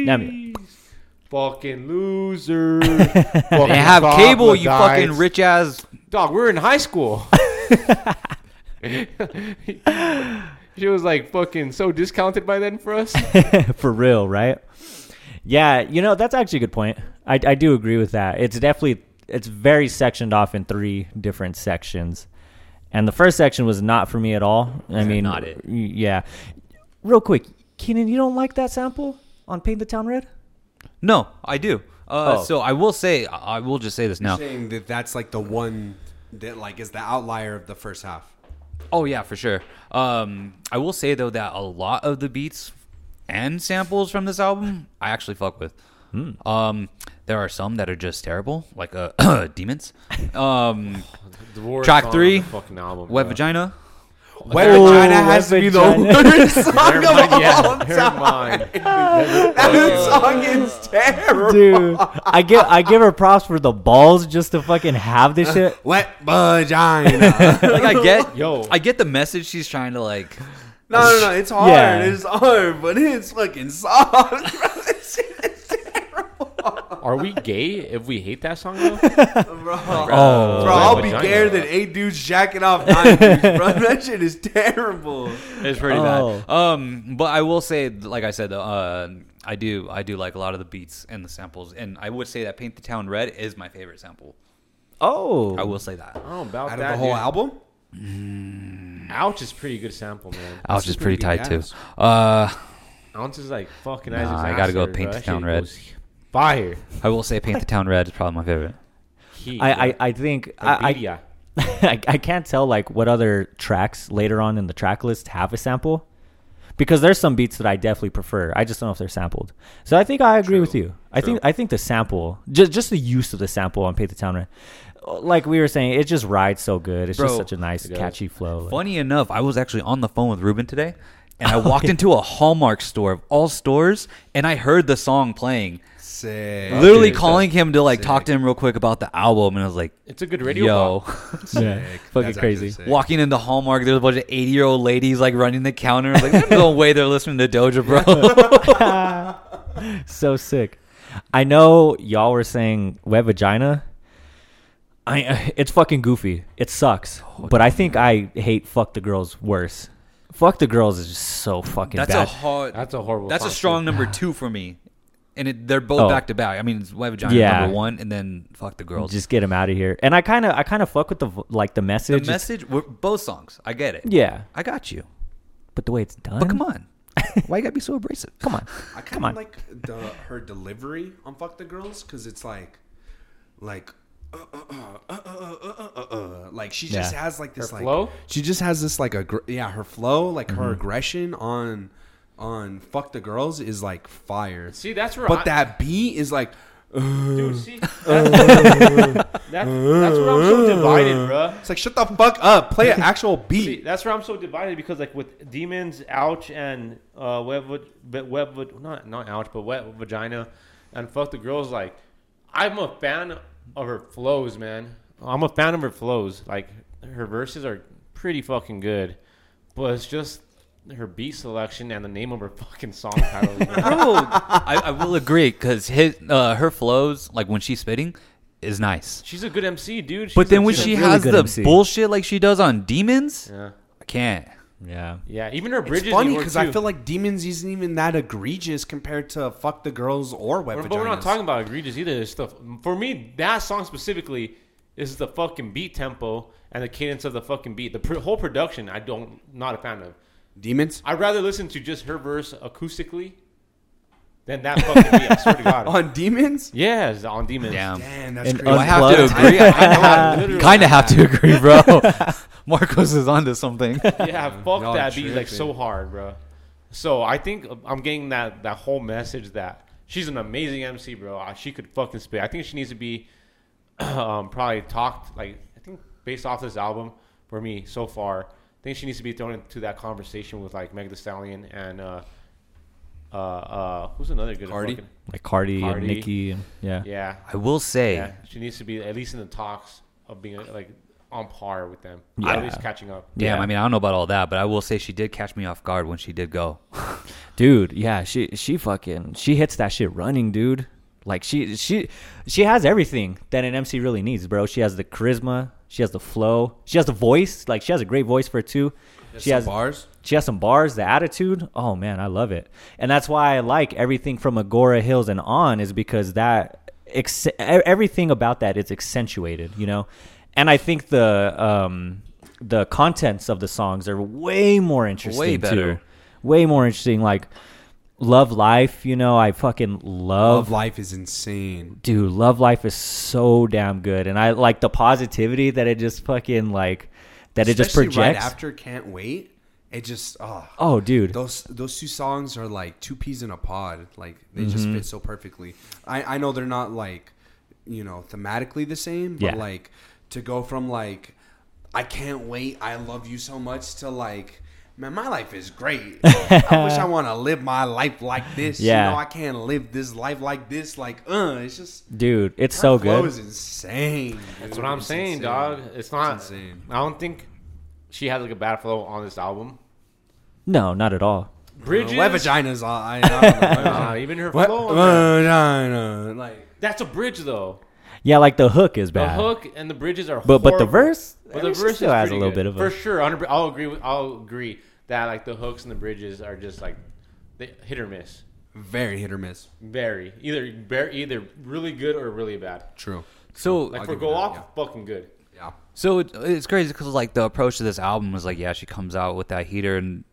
Speaker 1: Now me. <laughs>
Speaker 2: Fucking loser. fucking
Speaker 4: They have cable, you fucking
Speaker 2: troglodytes.
Speaker 4: rich ass.
Speaker 2: Dog, we're in high
Speaker 4: <laughs>
Speaker 2: school. <laughs> she was like fucking so discounted by then for
Speaker 4: <laughs>
Speaker 2: us.
Speaker 1: <laughs> For real, right? Yeah, you know that's actually a good point. I, I do agree with that. It's definitely it's very sectioned off in three different sections, and the first section was not for me at all. I mean,
Speaker 4: not it.
Speaker 1: Yeah. Real quick, Keenan, you don't like that sample on "Paint the Town Red"?
Speaker 4: No, I do. Uh,
Speaker 1: Oh.
Speaker 4: So I will say, I I will just say this now.
Speaker 3: saying that that's like the one that like is the outlier of the first half.
Speaker 4: Oh yeah, for sure. Um, I will say though that a lot of the beats and samples from this album I actually fuck with. Um, there are some that are just terrible, like uh, <coughs> demons. Um,
Speaker 2: The worst
Speaker 4: Track
Speaker 2: song
Speaker 4: three,
Speaker 2: on the fucking album.
Speaker 4: wet
Speaker 2: bro.
Speaker 4: vagina.
Speaker 3: Wet
Speaker 1: Oh,
Speaker 3: vagina has
Speaker 1: wet
Speaker 3: to be
Speaker 1: vagina.
Speaker 3: the
Speaker 1: <laughs>
Speaker 3: worst song
Speaker 4: <laughs>
Speaker 2: Never
Speaker 3: of
Speaker 2: mind,
Speaker 3: all
Speaker 2: yeah,
Speaker 3: time.
Speaker 2: never mind.
Speaker 3: That song is
Speaker 1: <laughs>
Speaker 3: terrible.
Speaker 1: Dude, I give I give her props for the balls just to fucking have this shit.
Speaker 3: Wet vagina.
Speaker 4: <laughs> Like I
Speaker 2: <laughs>
Speaker 4: get,
Speaker 2: Yo.
Speaker 4: I get the message she's trying to like.
Speaker 3: No, no, no. It's hard.
Speaker 1: Yeah.
Speaker 3: It's hard, but it's fucking soft. <laughs> Bro. This shit is terrible,
Speaker 2: Are we gay if we hate that song? Though?
Speaker 3: bro.
Speaker 1: <laughs> Oh.
Speaker 3: bro, I'll
Speaker 2: Wet
Speaker 3: be
Speaker 2: vagina.
Speaker 3: gayer than eight dudes jacking off nine dudes, bro. That shit is terrible.
Speaker 4: It's pretty
Speaker 1: Oh.
Speaker 4: bad. Um, but I will say, like I said, uh, I do, I do like a lot of the beats and the samples, and I would say that "Paint the Town Red" is my favorite sample.
Speaker 1: Oh,
Speaker 4: I will say that.
Speaker 2: I don't know about
Speaker 3: Out of
Speaker 2: that.
Speaker 3: the whole
Speaker 2: dude.
Speaker 3: album,
Speaker 2: Ouch is pretty good sample, man.
Speaker 4: Ouch is pretty
Speaker 3: pretty
Speaker 4: tight
Speaker 3: good
Speaker 4: too.
Speaker 3: ass.
Speaker 4: Uh,
Speaker 2: Ounce is like fucking
Speaker 4: Nah,
Speaker 2: Isaac's
Speaker 4: I gotta go
Speaker 2: ass there,
Speaker 4: Paint
Speaker 2: bro.
Speaker 4: the
Speaker 2: That
Speaker 4: Town
Speaker 2: shit
Speaker 4: Red.
Speaker 2: goes Fire.
Speaker 4: I will say "Paint the Town Red" is probably my favorite.
Speaker 2: Heat,
Speaker 1: I, I,
Speaker 2: bro.
Speaker 1: I think I, I,
Speaker 2: Bedia.
Speaker 1: <laughs> I, I can't tell like what other tracks later on in the track list have a sample because there's some beats that I definitely prefer. I just don't know if they're sampled. So I think I agree with you. I think I think the sample just just the use of the sample on Paint the Town Red. Like we were saying, it just rides so good. It's just
Speaker 4: Bro,
Speaker 1: such a nice
Speaker 2: it does.
Speaker 1: catchy flow. Like, <laughs>
Speaker 4: Funny enough, I was actually on the phone with Ruben today, <laughs> and I walked into a Hallmark store of all stores, and I heard the song playing.
Speaker 3: sick.
Speaker 4: Literally
Speaker 2: dude,
Speaker 4: calling him to like talk to him real quick about the album, and I was like,
Speaker 2: It's a good radio.
Speaker 4: "Yo." <laughs>
Speaker 1: yeah,
Speaker 3: Sick.
Speaker 1: fucking
Speaker 3: That's actually
Speaker 1: crazy.
Speaker 3: sick.
Speaker 4: Walking into Hallmark, there's a bunch of 80 year old ladies like running the counter. I was like, there's no way they're listening to Doja, bro.
Speaker 1: so sick. I know y'all were saying wet vagina. I uh, it's fucking goofy. It sucks, but I think I hate fuck the girls worse. Fuck the girls is just so fucking
Speaker 4: that's a
Speaker 1: bad.
Speaker 4: hard.
Speaker 2: That's a horrible.
Speaker 4: That's a
Speaker 2: song, too.
Speaker 4: strong number two for me. and it, they're both
Speaker 1: Oh.
Speaker 4: back to back. I mean, it's Web Vagina
Speaker 1: Yeah.
Speaker 4: number one, and then Fuck the Girls.
Speaker 1: Just get him out of here. And I kind of, I kind of fuck with the v- like the
Speaker 4: the
Speaker 1: message. It's-
Speaker 4: message, we're, both songs. I get it.
Speaker 1: yeah,
Speaker 4: I got you.
Speaker 1: but the way it's done.
Speaker 4: But come on,
Speaker 1: <laughs>
Speaker 4: why you gotta be so abrasive?
Speaker 1: come
Speaker 4: <laughs>
Speaker 1: on,
Speaker 3: I
Speaker 1: come on.
Speaker 3: kind of like the, her delivery on "Fuck the Girls" because it's like, like, uh, uh, uh, uh, uh, uh, uh, uh, like she just
Speaker 1: Yeah.
Speaker 3: has like this
Speaker 2: Her
Speaker 3: like
Speaker 2: flow?
Speaker 3: She just has this like a yeah her flow like
Speaker 1: Mm-hmm.
Speaker 3: her aggression on on "Fuck the Girls" is like fire.
Speaker 2: See, that's where I,
Speaker 3: but that beat is like.
Speaker 2: dude, see,
Speaker 4: <laughs>
Speaker 2: that's, that's where I'm so divided, bruh.
Speaker 3: It's like shut the fuck up.
Speaker 1: <laughs>
Speaker 3: Play an actual beat.
Speaker 2: See, that's where I'm so divided because like with demons, ouch, and uh, web, web, web, not not ouch, but web vagina, and fuck the girls. Like, I'm a fan of her flows, man. I'm a fan of her flows. Like, her verses are pretty fucking good, but it's just her beat selection and the name of her fucking song titles.
Speaker 4: <laughs>
Speaker 2: man.
Speaker 4: Bro, Oh, I, I will agree because his uh, her flows like when she's spitting is nice.
Speaker 2: She's a good MC, dude.
Speaker 4: But
Speaker 2: She's
Speaker 4: then
Speaker 2: a
Speaker 4: when
Speaker 2: good
Speaker 4: she
Speaker 2: MC.
Speaker 1: really
Speaker 4: has
Speaker 1: good
Speaker 4: the
Speaker 1: MC.
Speaker 4: bullshit like she does on Demons,
Speaker 2: yeah,
Speaker 4: I can't.
Speaker 1: yeah,
Speaker 2: yeah, even her bridges.
Speaker 3: It's funny because I feel like Demons isn't even that egregious compared to Fuck the Girls or Web
Speaker 2: We're- But we're not
Speaker 3: Vaginas.
Speaker 2: talking about egregious either. It's the for me that song specifically is the fucking beat tempo and the cadence of the fucking beat. The pr- whole production I don't not a fan of.
Speaker 3: Demons
Speaker 2: I'd rather listen to just her verse acoustically than that fucking beat. I swear to God.
Speaker 3: <laughs> on Demons.
Speaker 2: Yes, on demons.
Speaker 4: Damn.
Speaker 3: Damn, that's
Speaker 1: And
Speaker 3: crazy.
Speaker 4: Do I have to
Speaker 1: Unplugged. <laughs>
Speaker 4: agree?
Speaker 2: I know,
Speaker 4: I
Speaker 2: literally.
Speaker 4: kind of have to agree, bro. Marcos is
Speaker 1: <laughs>
Speaker 4: onto something.
Speaker 3: <laughs>
Speaker 2: Yeah, fuck
Speaker 3: Y'all
Speaker 2: that beat like
Speaker 3: tripping.
Speaker 2: so hard, bro. So I think uh, I'm getting that that whole message that she's an amazing MC, bro. Uh, She could fucking spit. I think she needs to be <clears throat> um, probably talked like I think based off this album for me so far. I think she needs to be thrown into that conversation with like Meg The Stallion and uh, uh, uh, who's another good
Speaker 3: Cardi?
Speaker 2: fucking-
Speaker 1: like Cardi,
Speaker 2: Cardi.
Speaker 1: and Nicki, and yeah.
Speaker 2: Yeah,
Speaker 4: I will say,
Speaker 2: yeah. She needs to be at least in the talks of being like on par with them.
Speaker 1: Yeah.
Speaker 2: At least catching up.
Speaker 4: damn.
Speaker 1: Yeah.
Speaker 4: I mean, I don't know about all that, but I will say she did catch me off guard when she did go.
Speaker 1: dude. Yeah, she she fucking she hits that shit running, dude. Like she she she has everything that an MC really needs, bro. She has the charisma, she has the flow, she has the voice. Like she has a great voice for it too. She has
Speaker 3: bars.
Speaker 1: she has some bars, the attitude. Oh man, I love it. And that's why I like everything from Agora Hills and on is because that ex- e- everything about that is accentuated, you know. And I think the um the contents of the songs are way more interesting
Speaker 4: Way better.
Speaker 1: too. Way more interesting like Love Life, you know, I fucking love
Speaker 3: Love Life is insane.
Speaker 1: dude, Love Life is so damn good, and I like the positivity that it just fucking like that it just
Speaker 3: Especially
Speaker 1: projects.
Speaker 3: right after Can't Wait. It just oh,
Speaker 1: oh, dude,
Speaker 3: those those two songs are like two peas in a pod. Like they just
Speaker 1: Mm-hmm.
Speaker 3: fit so perfectly. I I know they're not like you know thematically the same, but
Speaker 1: Yeah.
Speaker 3: like to go from like I can't wait, I love you so much to like. Man, my life
Speaker 1: <laughs>
Speaker 3: is great. I wish I want to live my life like this.
Speaker 1: Yeah.
Speaker 3: You know, I can't live this life like this. Like, uh, it's just
Speaker 1: dude, it's
Speaker 3: her
Speaker 1: so
Speaker 3: flow
Speaker 1: good.
Speaker 3: is insane.
Speaker 2: That's what I'm saying, dog. It's not. I don't think she has like a bad flow on this album.
Speaker 1: No, not at all.
Speaker 2: Bridges,
Speaker 3: Web vaginas. I, I don't
Speaker 2: <laughs>
Speaker 3: know.
Speaker 2: Nah, uh, even her
Speaker 3: What?
Speaker 2: flow. on
Speaker 4: Uh.
Speaker 2: that.
Speaker 3: Vagina. Like,
Speaker 2: That's a bridge though.
Speaker 1: Yeah, like the hook is
Speaker 2: The
Speaker 1: bad.
Speaker 2: hook and the bridges are.
Speaker 1: But- but the
Speaker 2: horrible.
Speaker 1: verse-
Speaker 2: but
Speaker 1: I
Speaker 2: the
Speaker 1: mean, she
Speaker 2: verse
Speaker 1: still
Speaker 2: is
Speaker 1: has a
Speaker 2: pretty
Speaker 1: little
Speaker 2: good.
Speaker 1: bit of a-
Speaker 2: for sure. 100 I'll agree with. I'll agree that like the hooks and the bridges are just like they, hit or miss.
Speaker 3: very hit or miss.
Speaker 2: Very either very, either really good or really bad.
Speaker 3: True.
Speaker 4: So
Speaker 2: Like
Speaker 3: I'll
Speaker 2: for
Speaker 3: give
Speaker 2: go
Speaker 3: you that,
Speaker 2: off, fucking good.
Speaker 3: Yeah.
Speaker 4: So it, it's crazy because like the approach to this album was like, yeah, she comes out with that heater and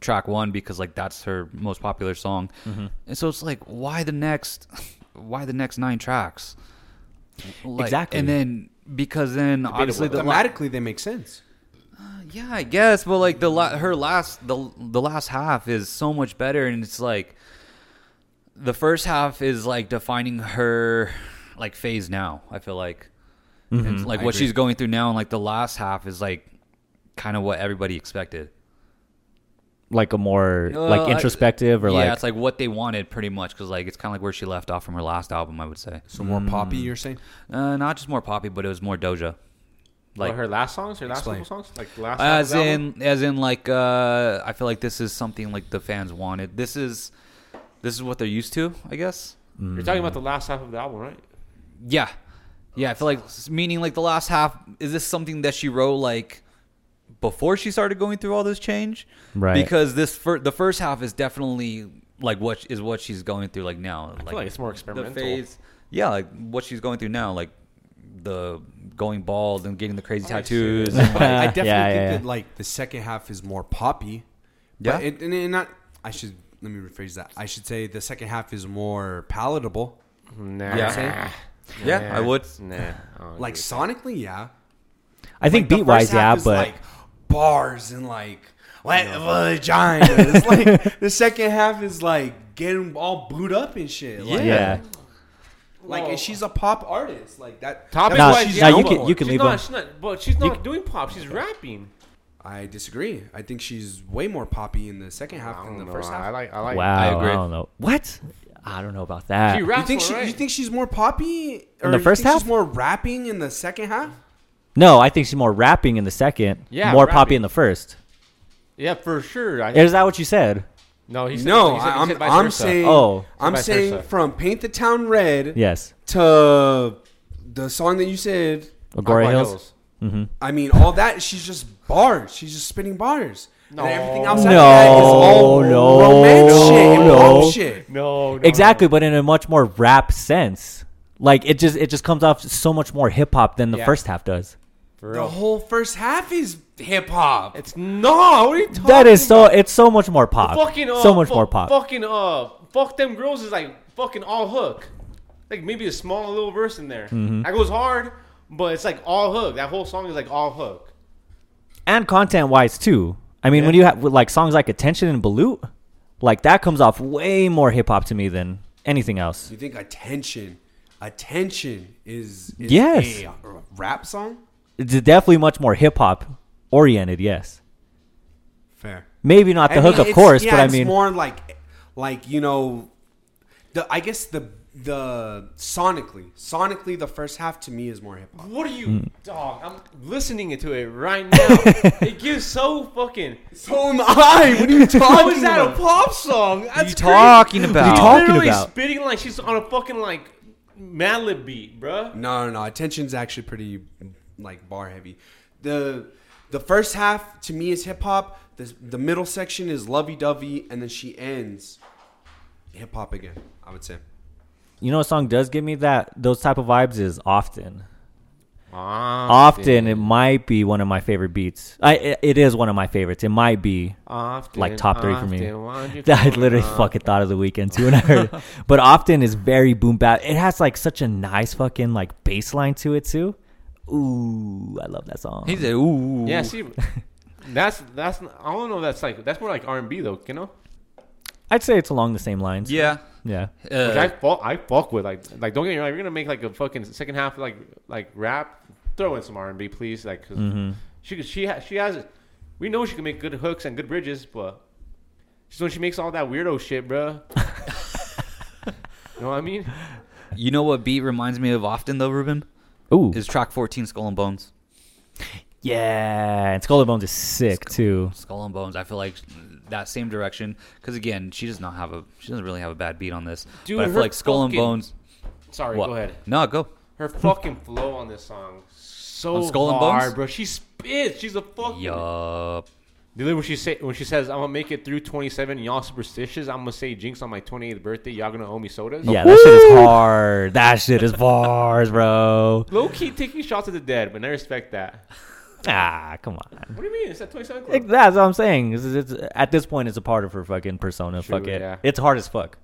Speaker 4: track one because like that's her most popular song, and so it's like, why the next, why the next nine tracks? Like,
Speaker 1: Exactly.
Speaker 4: and then because then obviously the la-
Speaker 3: Thematically, they make sense.
Speaker 4: yeah, I guess, but like the la- her last the the last half is so much better, and it's like the first half is like defining her like phase now. I feel like and, like
Speaker 3: Mm-hmm. I
Speaker 4: what
Speaker 3: agree.
Speaker 4: she's going through now, and like the last half is like kind of what everybody expected.
Speaker 1: Like a more
Speaker 4: Uh,
Speaker 1: like
Speaker 4: I-
Speaker 1: introspective or
Speaker 4: yeah,
Speaker 1: like,
Speaker 4: it's like what they wanted pretty much because like it's kind of like where she left off from her last album. I would say
Speaker 3: So more poppy, you're saying?
Speaker 4: uh, not just more poppy, but it was more Doja.
Speaker 2: Like
Speaker 4: Like
Speaker 2: her last songs, her last
Speaker 3: Explain.
Speaker 2: couple songs, like the last.
Speaker 4: as
Speaker 2: album?
Speaker 4: in as in like uh i feel like this is something like the fans wanted this is this is what they're used to i guess
Speaker 2: you're talking about the last half of the album, right?
Speaker 4: yeah yeah i feel like meaning like the last half is this something that she wrote like before she started going through all this change
Speaker 1: Right.
Speaker 4: because this fir- the first half is definitely like what is what she's going through like now.
Speaker 2: I feel like it's more experimental.
Speaker 4: The phase, yeah, like what she's going through now, like the going bald and getting the crazy tattoos.
Speaker 3: I,
Speaker 4: and, like,
Speaker 3: I
Speaker 1: <laughs>
Speaker 3: definitely
Speaker 1: Yeah, yeah,
Speaker 3: think
Speaker 1: yeah.
Speaker 3: that like the second half is more poppy.
Speaker 4: Yeah.
Speaker 3: But it, and, and not. I should let me rephrase that. I should say the second half is more palatable.
Speaker 2: Nah.
Speaker 4: Yeah. Yeah, I would.
Speaker 2: Nah. I don't
Speaker 3: Like
Speaker 2: agree.
Speaker 3: sonically, yeah.
Speaker 1: I think
Speaker 3: the
Speaker 1: beat
Speaker 3: first
Speaker 1: wise,
Speaker 3: half
Speaker 1: yeah,
Speaker 3: is,
Speaker 1: but
Speaker 3: like bars and like let vagina.
Speaker 1: <laughs>
Speaker 3: It's like the second half is like getting all booed up and shit. Like,
Speaker 1: yeah.
Speaker 3: like and she's a pop artist. Like that.
Speaker 2: Topic
Speaker 1: Nah,
Speaker 2: wise,
Speaker 1: she's-
Speaker 2: yeah,
Speaker 1: nah, you
Speaker 2: but
Speaker 1: can- you can
Speaker 2: she's
Speaker 1: leave
Speaker 2: not,
Speaker 1: them.
Speaker 2: She's not, but she's not doing pop. She's rapping.
Speaker 3: I disagree. I think she's way more poppy in the second half than the first half.
Speaker 2: I like. I like.
Speaker 1: Wow,
Speaker 4: I
Speaker 1: I,
Speaker 4: agree.
Speaker 1: don't know what. I don't know about that.
Speaker 2: She
Speaker 3: You
Speaker 2: raps
Speaker 3: think she?
Speaker 2: alright.
Speaker 3: You think she's more poppy? Or
Speaker 1: the
Speaker 3: you
Speaker 1: first
Speaker 3: think
Speaker 1: half?
Speaker 3: she's more rapping in the second half.
Speaker 1: no, I think she's more rapping in the second.
Speaker 2: Yeah,
Speaker 1: more
Speaker 2: rapping.
Speaker 1: poppy in the first.
Speaker 2: yeah, for sure. I,
Speaker 1: Is that what you said?
Speaker 2: no, he said,
Speaker 3: No,
Speaker 2: he said, he
Speaker 3: I'm,
Speaker 2: said vice
Speaker 3: I'm
Speaker 2: versa.
Speaker 3: saying.
Speaker 1: Oh.
Speaker 3: I'm
Speaker 2: Vice
Speaker 3: saying
Speaker 2: versa.
Speaker 3: from Paint the Town Red
Speaker 1: Yes,
Speaker 3: to the song that you said.
Speaker 1: Agora
Speaker 2: Agora
Speaker 1: Hills.
Speaker 2: Hills.
Speaker 3: I mean, all that. She's just bars. She's just spinning bars.
Speaker 2: No.
Speaker 3: And everything outside of that is all
Speaker 1: No,
Speaker 3: romance
Speaker 1: no,
Speaker 3: shit and
Speaker 1: no.
Speaker 3: pop shit.
Speaker 2: No, no,
Speaker 1: Exactly, but in a much more rap sense. Like it just it just comes off so much more hip hop than the
Speaker 2: Yeah.
Speaker 1: first half does.
Speaker 2: For
Speaker 3: The
Speaker 2: real.
Speaker 3: whole first half is hip hop.
Speaker 2: it's no. What are you talking
Speaker 1: That is so it's so much more pop.
Speaker 2: fucking uh,
Speaker 1: so much
Speaker 2: fu-
Speaker 1: more pop.
Speaker 2: Fucking uh, fuck them girls is like fucking all hook, like maybe a small little verse in there
Speaker 1: Mm-hmm.
Speaker 2: that goes hard, but it's like all hook. That whole song is like all hook.
Speaker 1: and content wise too. I mean, when you have with, like songs like Attention and Balut, like that comes off way more hip hop to me than anything else.
Speaker 3: You think attention, attention is, is
Speaker 1: Yes.
Speaker 3: a uh, rap song?
Speaker 1: It's definitely much more hip hop oriented. Yes,
Speaker 3: Fair.
Speaker 1: maybe not the
Speaker 3: I
Speaker 1: hook,
Speaker 3: mean,
Speaker 1: of
Speaker 3: it's-
Speaker 1: course,
Speaker 3: yeah,
Speaker 1: but I
Speaker 3: it's
Speaker 1: mean,
Speaker 3: more like, like you know, the I guess the the sonically, sonically, the first half to me is more hip hop.
Speaker 2: What are you,
Speaker 1: Hmm.
Speaker 2: dog? I'm listening to it right
Speaker 1: <laughs>
Speaker 2: now. it gives so fucking.
Speaker 3: So am I. <laughs> What are you talking
Speaker 2: How is that
Speaker 3: about?
Speaker 2: a pop song? That's
Speaker 4: you talking
Speaker 1: What are you
Speaker 4: about?
Speaker 1: talking
Speaker 2: literally
Speaker 1: about?
Speaker 2: spitting like she's on a fucking like Madlib beat, bruh.
Speaker 3: No, no, no. Attention's actually pretty like bar heavy. The the first half to me is hip hop. The the middle section is lovey dovey, and then she ends hip hop again. I would say.
Speaker 1: you know, a song does give me that those type of vibes is often. Often it might be one of my favorite beats. I it- it is one of my favorites. It might be
Speaker 2: Often,
Speaker 1: like top three for
Speaker 2: often, why'd you
Speaker 1: me. <laughs> I
Speaker 2: come
Speaker 1: literally
Speaker 2: around?
Speaker 1: fucking thought of the weekend too when I heard <laughs> it. But often is very boom bap. It has like such a nice fucking like bass line to it too. Ooh, I love that song.
Speaker 4: He said, "Ooh,
Speaker 2: Yeah, see, that's that's I don't know. That's like that's more like R and B though, you know.
Speaker 1: I'd say it's along the same lines.
Speaker 4: yeah."
Speaker 1: Yeah.
Speaker 4: Uh,
Speaker 2: Which I fuck, I fuck with like like don't get me wrong. If you're gonna make like a fucking second half like like rap, throw in some R and B, please. Like, because
Speaker 1: Mm-hmm.
Speaker 2: she could- she ha- she has we know she can make good hooks and good bridges, but just when she makes all that weirdo shit,
Speaker 4: <laughs>
Speaker 2: bruh. you know what I mean?
Speaker 4: you know what beat reminds me of often though, Ruben
Speaker 1: Ooh.
Speaker 4: is track fourteen, Skull and Bones.
Speaker 1: yeah. And Skull and Bones is sick too.
Speaker 4: Skull and Bones. I feel like that same direction because again, she does not have a she doesn't really have a bad beat on this.
Speaker 2: Dude,
Speaker 4: but I
Speaker 2: her
Speaker 4: feel like Skull and
Speaker 2: fucking-
Speaker 4: Bones.
Speaker 2: Sorry,
Speaker 4: What?
Speaker 2: go ahead.
Speaker 4: No, go.
Speaker 2: Her fucking flow on this song so
Speaker 4: On Skull and
Speaker 2: hard,
Speaker 4: Bones?
Speaker 2: bro. She spits. She's a fucking
Speaker 4: Yup.
Speaker 2: The when she say when she says I'm gonna make it through 27, and y'all superstitious. I'm gonna say jinx on my 28th birthday. Y'all gonna owe me sodas.
Speaker 1: Yeah, that shit is hard. That shit is <laughs> bars, bro.
Speaker 2: Low key taking shots at the dead, but I respect that.
Speaker 1: Ah, come on.
Speaker 2: What do you mean? It's that 27 club.
Speaker 1: Like, That's what I'm saying. This is- it's- at this point, it's a part of her fucking persona.
Speaker 2: True,
Speaker 1: fuck it.
Speaker 2: yeah.
Speaker 1: It's hard as fuck.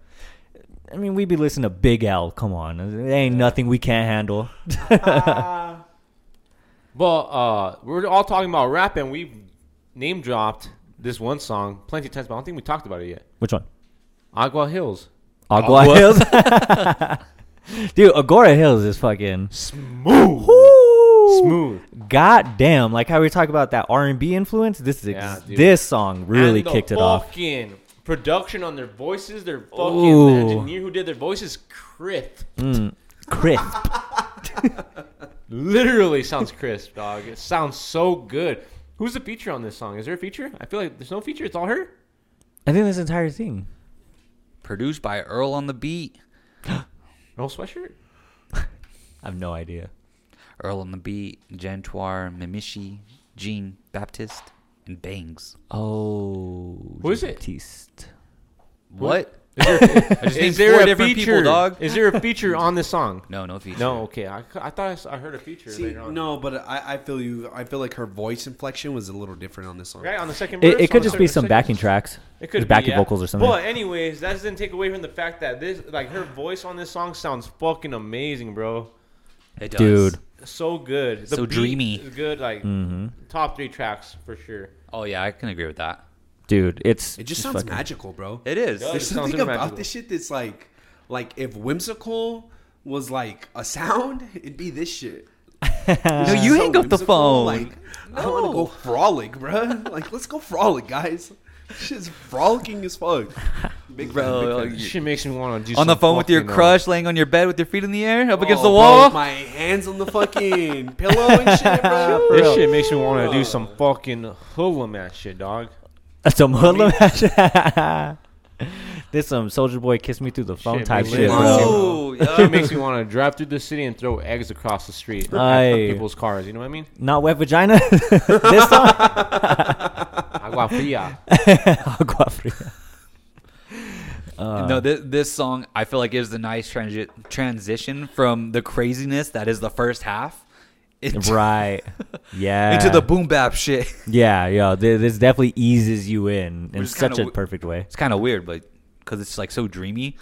Speaker 1: I mean, we be listening to Big L. Come on, it ain't nothing we can't
Speaker 2: <laughs>
Speaker 1: handle.
Speaker 2: But uh, we're all talking about rap, and we name dropped this one song plenty of times, but I don't think we talked about it yet.
Speaker 1: Which one?
Speaker 2: Agua Hills.
Speaker 1: Agua, Hills. Dude, Agora Hills <laughs> is fucking
Speaker 2: Smooth.
Speaker 1: smooth.
Speaker 2: Smooth.
Speaker 1: God damn! Like how we talk about that R and B influence. This is
Speaker 2: Yeah,
Speaker 1: ex-
Speaker 2: dude.
Speaker 1: this song really
Speaker 2: And the
Speaker 1: kicked it off.
Speaker 2: Fucking production on their voices. Their fucking
Speaker 1: Ooh.
Speaker 2: the engineer who did their voices, crisp.
Speaker 1: Mm. Crisp.
Speaker 2: Literally sounds crisp, dog. It sounds so good. Who's the feature on this song? Is there a feature? I feel like there's no feature. It's all her.
Speaker 1: I think this entire thing.
Speaker 4: Produced by Earl on the beat.
Speaker 2: No sweatshirt.
Speaker 1: I have no idea.
Speaker 4: Earl on the beat. Gentoir, Mimishi, Jean, Baptist, and Bangs.
Speaker 1: Oh,
Speaker 2: Who is it?
Speaker 1: Baptiste.
Speaker 4: What?
Speaker 2: Is there,
Speaker 4: I just
Speaker 2: is
Speaker 4: named
Speaker 2: there
Speaker 4: four
Speaker 2: a
Speaker 4: different
Speaker 2: feature?
Speaker 4: people, dog.
Speaker 2: Is there a feature on this song?
Speaker 4: No, no feature.
Speaker 2: No. Okay. I, I thought I, s- I heard a feature
Speaker 3: See,
Speaker 2: later on.
Speaker 3: no, but I, I feel you. I feel like her voice inflection was a little different on this song.
Speaker 2: Right on the second.
Speaker 1: It,
Speaker 2: verse,
Speaker 1: it
Speaker 2: on
Speaker 1: could
Speaker 2: the
Speaker 1: just be
Speaker 2: second-
Speaker 1: some
Speaker 2: second-
Speaker 1: backing tracks.
Speaker 2: It could
Speaker 1: Just
Speaker 2: be,
Speaker 1: backing
Speaker 2: yeah.
Speaker 1: vocals or something.
Speaker 2: But anyways, that doesn't take away from the fact that this, like, her voice on this song sounds fucking amazing, bro.
Speaker 4: it does.
Speaker 1: Dude.
Speaker 2: So good.
Speaker 4: So
Speaker 2: beat
Speaker 4: dreamy.
Speaker 2: is good. Like
Speaker 1: Mm-hmm.
Speaker 2: top three tracks for sure.
Speaker 4: Oh yeah, I can agree with that.
Speaker 1: Dude, it's
Speaker 3: It just
Speaker 1: it's
Speaker 3: sounds
Speaker 1: fucking-
Speaker 3: magical, bro.
Speaker 4: It is.
Speaker 2: Yeah.
Speaker 3: There's
Speaker 2: It sounds
Speaker 3: something about
Speaker 2: magical.
Speaker 3: this shit that's like, like if whimsical was like a sound, it'd be this shit.
Speaker 4: no, you
Speaker 3: So
Speaker 4: hang up the
Speaker 3: whimsical,
Speaker 4: phone.
Speaker 3: Like, I want to go frolic, bro. <laughs> like, let's go frolic, guys. Shit's frolicking as fuck. Big
Speaker 2: Oh,
Speaker 4: Bro,
Speaker 3: bro.
Speaker 4: like,
Speaker 2: She makes me want to do
Speaker 4: on the
Speaker 2: some
Speaker 4: phone with your
Speaker 2: fucking, uh,
Speaker 4: crush, laying on your bed with your feet in the air, up
Speaker 3: Oh,
Speaker 4: against the
Speaker 3: bro,
Speaker 4: wall.
Speaker 3: with my hands on the fucking <laughs> pillow and shit, bro.
Speaker 2: This shit makes me want to do some fucking hula match shit, dog.
Speaker 1: <laughs> Some hoodlum ass- <laughs> This some Soldier Boy kiss me through the phone
Speaker 2: Shit,
Speaker 1: type
Speaker 2: man.
Speaker 1: shit, bro.
Speaker 4: Ooh.
Speaker 2: Shit makes me want to drive through the city and throw eggs across the street at
Speaker 1: Aye.
Speaker 2: people's cars. You know what I mean?
Speaker 1: Not wet vagina. <laughs> this song.
Speaker 2: Agua fria.
Speaker 1: Agua fria.
Speaker 4: <laughs> no, this, this song I feel like is the nice transi- transition from the craziness that is the first half <laughs> into,
Speaker 1: Right. Yeah.
Speaker 4: into the boom bap shit. <laughs>
Speaker 1: Yeah, yeah. thi- This definitely eases you in in
Speaker 4: is
Speaker 1: such
Speaker 4: kinda
Speaker 1: a
Speaker 4: w-
Speaker 1: perfect way.
Speaker 4: It's kind of weird, but because it's like so dreamy,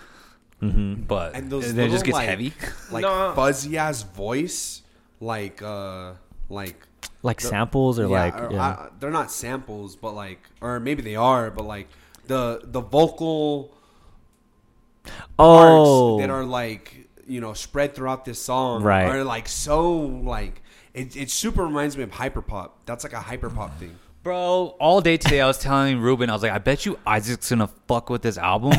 Speaker 1: Mm-hmm.
Speaker 4: but
Speaker 3: And those
Speaker 4: then it just
Speaker 3: little,
Speaker 4: gets
Speaker 3: like- <laughs>
Speaker 4: heavy.
Speaker 3: Like
Speaker 2: No.
Speaker 3: fuzzy ass voice, like uh, like
Speaker 1: Like samples or like
Speaker 3: or-
Speaker 1: yeah.
Speaker 3: I- they're not samples, but like, or maybe they are, but like the the vocal parts
Speaker 1: oh
Speaker 3: that are like you know spread throughout this song
Speaker 1: Right.
Speaker 3: are like so like it, it super reminds me of hyperpop. That's like a hyperpop thing.
Speaker 4: Bro, all day today I was telling Ruben, I was like, I bet you Isaac's gonna fuck with this <laughs> album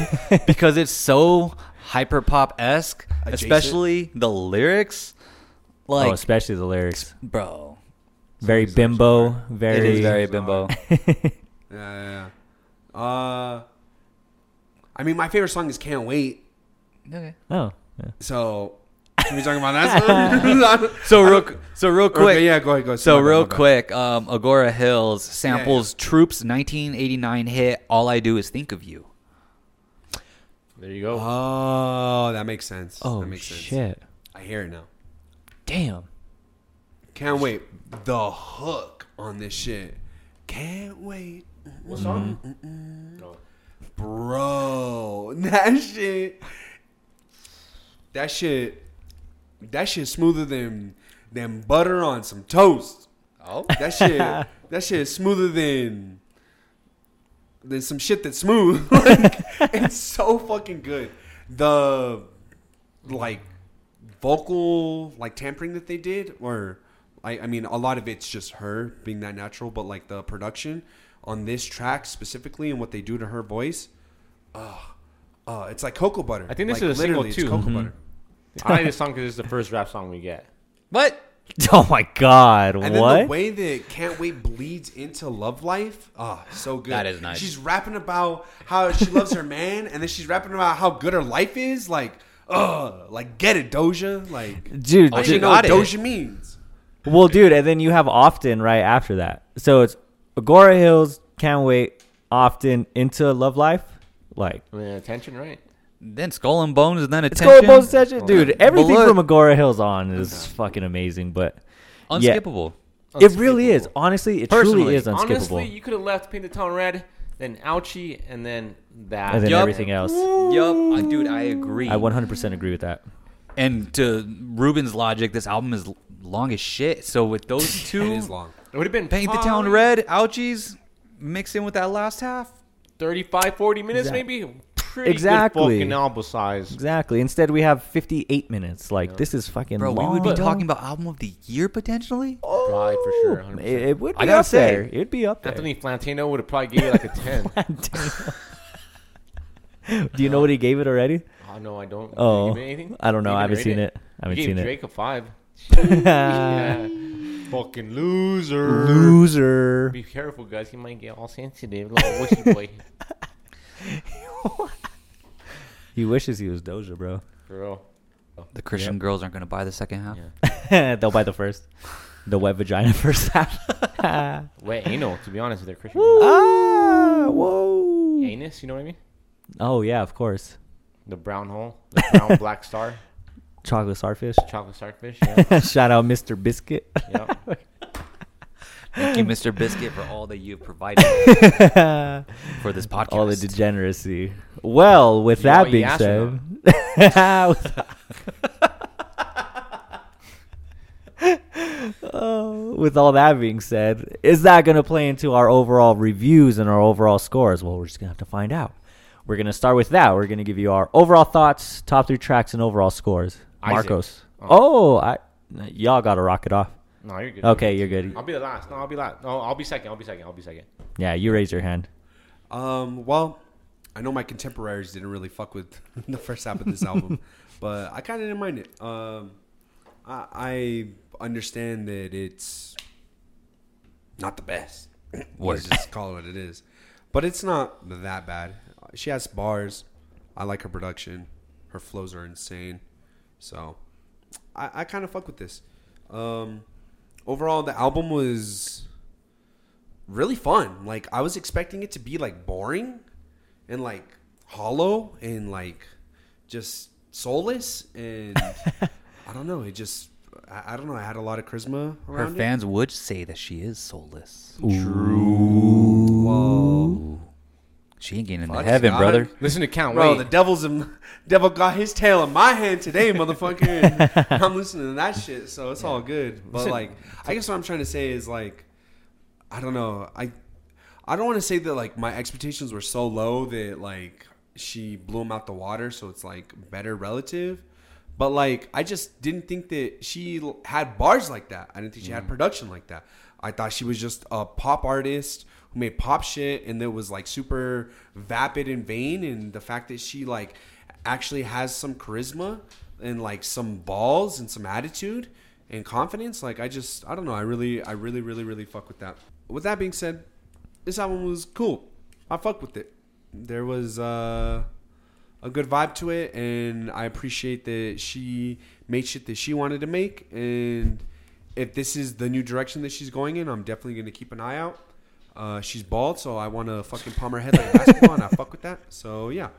Speaker 4: because it's so hyper pop esque,
Speaker 3: Adjacent.
Speaker 4: especially the lyrics.
Speaker 1: oh,
Speaker 4: Like,
Speaker 1: especially the lyrics.
Speaker 4: bro,
Speaker 1: Very bimbo. Very.
Speaker 4: it is very bimbo.
Speaker 3: Yeah, yeah, yeah. Uh, I mean, my favorite song is "Can't Wait."
Speaker 4: okay.
Speaker 1: <laughs> Oh. yeah.
Speaker 3: So, can we talk about that song?
Speaker 4: <laughs>
Speaker 3: <laughs>
Speaker 4: So real, qu- so real quick,
Speaker 3: Okay, yeah, go ahead, go ahead.
Speaker 4: So
Speaker 3: My bad,
Speaker 4: real
Speaker 3: my bad.
Speaker 4: quick, um, Agora Hills samples Troops' 1989 hit "All I Do Is Think of You."
Speaker 2: There you go.
Speaker 3: oh, that makes sense.
Speaker 1: Oh
Speaker 3: that makes Sense.
Speaker 1: shit. <laughs>
Speaker 3: I hear it now.
Speaker 1: Damn.
Speaker 3: Can't wait. The hook on this shit. Can't wait,
Speaker 2: What song? No.
Speaker 3: bro. <laughs> That shit. That shit. That shit smoother than than butter on some toast.
Speaker 4: Oh,
Speaker 2: <laughs>
Speaker 3: That shit. that shit is smoother than than some shit that's smooth. <laughs> like, it's so fucking good. The like vocal like tampering that they did, or I, I mean, a lot of it's just her being that natural, but like the production on this track specifically and what they do to her voice, uh, uh it's like cocoa butter.
Speaker 2: I think this
Speaker 3: Like,
Speaker 2: is a single
Speaker 3: literally,
Speaker 2: too. Mm-hmm.
Speaker 3: It's cocoa butter.
Speaker 2: I like this song because it's the first rap song we get.
Speaker 4: what?
Speaker 1: Oh my god.
Speaker 3: And then
Speaker 1: what?
Speaker 3: the way that Can't Wait bleeds into love life, ah, so good.
Speaker 4: That is nice.
Speaker 3: She's rapping about how she loves her man, and then she's rapping about how good her life is. Like, ugh, like get it, Doja. Like,
Speaker 1: dude,
Speaker 3: I
Speaker 4: she
Speaker 1: dude
Speaker 3: don't even know what
Speaker 4: got it.
Speaker 3: Doja means.
Speaker 1: well, dude, and then you have often right after that. So it's Agora Hills, can't wait, often into love life, like
Speaker 2: I mean, attention, right?
Speaker 4: Then Skull and Bones, and then
Speaker 1: Skull
Speaker 4: Attention.
Speaker 1: Bones Session, dude. Everything
Speaker 4: Blood.
Speaker 1: from Agora Hills on is fucking amazing, but yeah.
Speaker 4: unskippable.
Speaker 1: it really is. Honestly, it truly
Speaker 4: Oh, Personally.
Speaker 1: is unskippable.
Speaker 2: Honestly, you could have left Paint the Town Red, then Ouchie, and then that.
Speaker 1: and then
Speaker 4: Yup.
Speaker 1: everything else.
Speaker 4: Yup, I- dude, I agree.
Speaker 1: I 100% agree with that.
Speaker 4: and to Ruben's logic, this album is l- long as shit. So with
Speaker 1: <laughs>
Speaker 4: those
Speaker 3: It
Speaker 4: two,
Speaker 3: is long.
Speaker 2: It would have been
Speaker 4: paint the town
Speaker 2: probably
Speaker 4: red, ouchies, mix in with that last half.
Speaker 2: 35, 40 minutes,
Speaker 1: Exact-
Speaker 2: maybe. Pretty
Speaker 1: Exactly.
Speaker 2: Good fucking album size.
Speaker 1: Exactly. Instead, we have 58 minutes. Like, this is fucking
Speaker 4: Bro,
Speaker 1: long.
Speaker 4: we would be talking about album of the year potentially.
Speaker 2: Probably for sure.
Speaker 1: Ooh,
Speaker 2: 100%.
Speaker 1: It, it would
Speaker 4: I
Speaker 1: be
Speaker 4: gotta
Speaker 1: up
Speaker 4: say,
Speaker 1: there. It'd be up there.
Speaker 2: Anthony Flantino would have probably given
Speaker 1: <laughs>
Speaker 2: you like a 10.
Speaker 1: Do you know what he gave it already?
Speaker 2: oh, no, I don't. Did you
Speaker 1: Oh,
Speaker 2: give it anything?
Speaker 1: I don't know.
Speaker 2: You
Speaker 1: I
Speaker 2: even
Speaker 1: haven't
Speaker 2: rate
Speaker 1: seen it. I haven't
Speaker 2: you
Speaker 1: seen it.
Speaker 2: gave Drake
Speaker 1: <laughs>
Speaker 2: a 5.
Speaker 1: Ah,
Speaker 2: Fucking loser.
Speaker 1: Loser.
Speaker 2: Be careful, guys. He might get all sensitive. Little wussy boy.
Speaker 1: <laughs> He wishes he was Doja, bro.
Speaker 2: For real.
Speaker 4: The Christian girls aren't going to buy the second half.
Speaker 1: <laughs> They'll buy the first, the wet vagina <laughs> first half.
Speaker 2: Wet anal, to be honest with their Christian. girl.
Speaker 1: ah, whoa.
Speaker 2: Anus, you know what I mean?
Speaker 1: Oh yeah, of course.
Speaker 2: The brown hole, the brown black star,
Speaker 1: Chocolate starfish.
Speaker 2: chocolate starfish. Yeah,
Speaker 1: <laughs> Shout out Mr. Biscuit. <laughs>
Speaker 2: yeah.
Speaker 4: Thank you, Mr. Biscuit, for all that you've provided for this podcast.
Speaker 1: All the degeneracy. Well, with
Speaker 2: You
Speaker 1: that
Speaker 2: want
Speaker 1: being
Speaker 2: Yas or
Speaker 1: said, <laughs> Oh, with all that being said, is that going to play into our overall reviews and our overall scores? Well, we're just going to have to find out. We're going to start with that. We're going to give you our overall thoughts, top three tracks, and overall scores.
Speaker 2: Isaac.
Speaker 1: Marcos. Oh, I, y'all got to rock it off.
Speaker 2: No, you're good.
Speaker 1: Okay, you're good.
Speaker 2: I'll be the last. No, I'll be last. No, I'll be second. I'll be second. I'll be second.
Speaker 1: Yeah, you raise your hand.
Speaker 3: Um, well, I know my contemporaries didn't really fuck with <laughs> the first half of this
Speaker 4: <laughs>
Speaker 3: album, but I kind of didn't mind it. Um, I, I understand that it's not the best. Let's just call it what it is, but it's not that bad. She has bars. I like her production. Her flows are insane. So, I, I kind of fuck with this. Um, overall, the album was really fun. Like I was expecting it to be like boring and like hollow and like just soulless and I don't know. It just I, I don't know. I had a lot of charisma
Speaker 4: Her
Speaker 3: around
Speaker 4: fans would say that she is soulless.
Speaker 3: it. True. Whoa.
Speaker 4: She ain't getting into
Speaker 3: Fuck
Speaker 4: heaven,
Speaker 3: God.
Speaker 4: brother.
Speaker 2: Listen to count.
Speaker 3: Bro,
Speaker 2: Wait.
Speaker 3: the devil's in, devil got his tail in my hand
Speaker 4: <laughs>
Speaker 3: today, motherfucker. and I'm listening to that shit, so it's all good. But
Speaker 2: Listen-
Speaker 3: like, I guess what I'm trying to say is like, I don't know. I I don't want to say that like my expectations were so low that like she blew them out the water, so it's like better relative. But like, I just didn't think that she l- had bars like that. I didn't think she had production like that. I thought she was just a pop artist who made pop shit and that was like super vapid and vain. And the fact that she like actually has some charisma and like some balls and some attitude and confidence. Like I just I don't know. I really I really really really fuck with that. With that being said, this album was cool. I fuck with it. There was uh, a good vibe to it, and I appreciate that she made shit that she wanted to make. And if this is the new direction that she's going in, I'm definitely gonna keep an eye out. Uh, she's bald, so I want to fucking palm her head like a basketball, and I fuck with that. So yeah,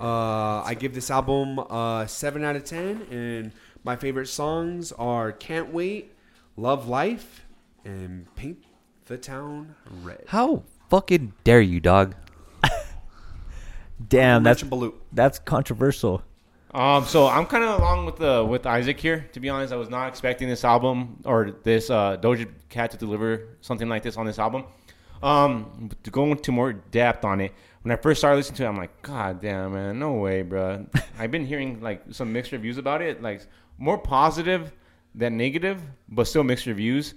Speaker 3: uh, I give this album uh, seven out of ten, and my favorite songs are "Can't Wait," "Love Life," and "Paint the Town Red."
Speaker 4: How fucking dare you, dog?
Speaker 1: Damn, that's
Speaker 3: Rich and Baloo.
Speaker 1: that's controversial.
Speaker 2: Um, so I'm kind of along with the with Isaac here. To be honest, I was not expecting this album or this uh, Doja Cat to deliver something like this on this album. Um, to go into more depth on it, when I first started listening to it, I'm like, God damn, man, no way, bro. I've been hearing like some mixed reviews about it, like more positive than negative, but still mixed reviews.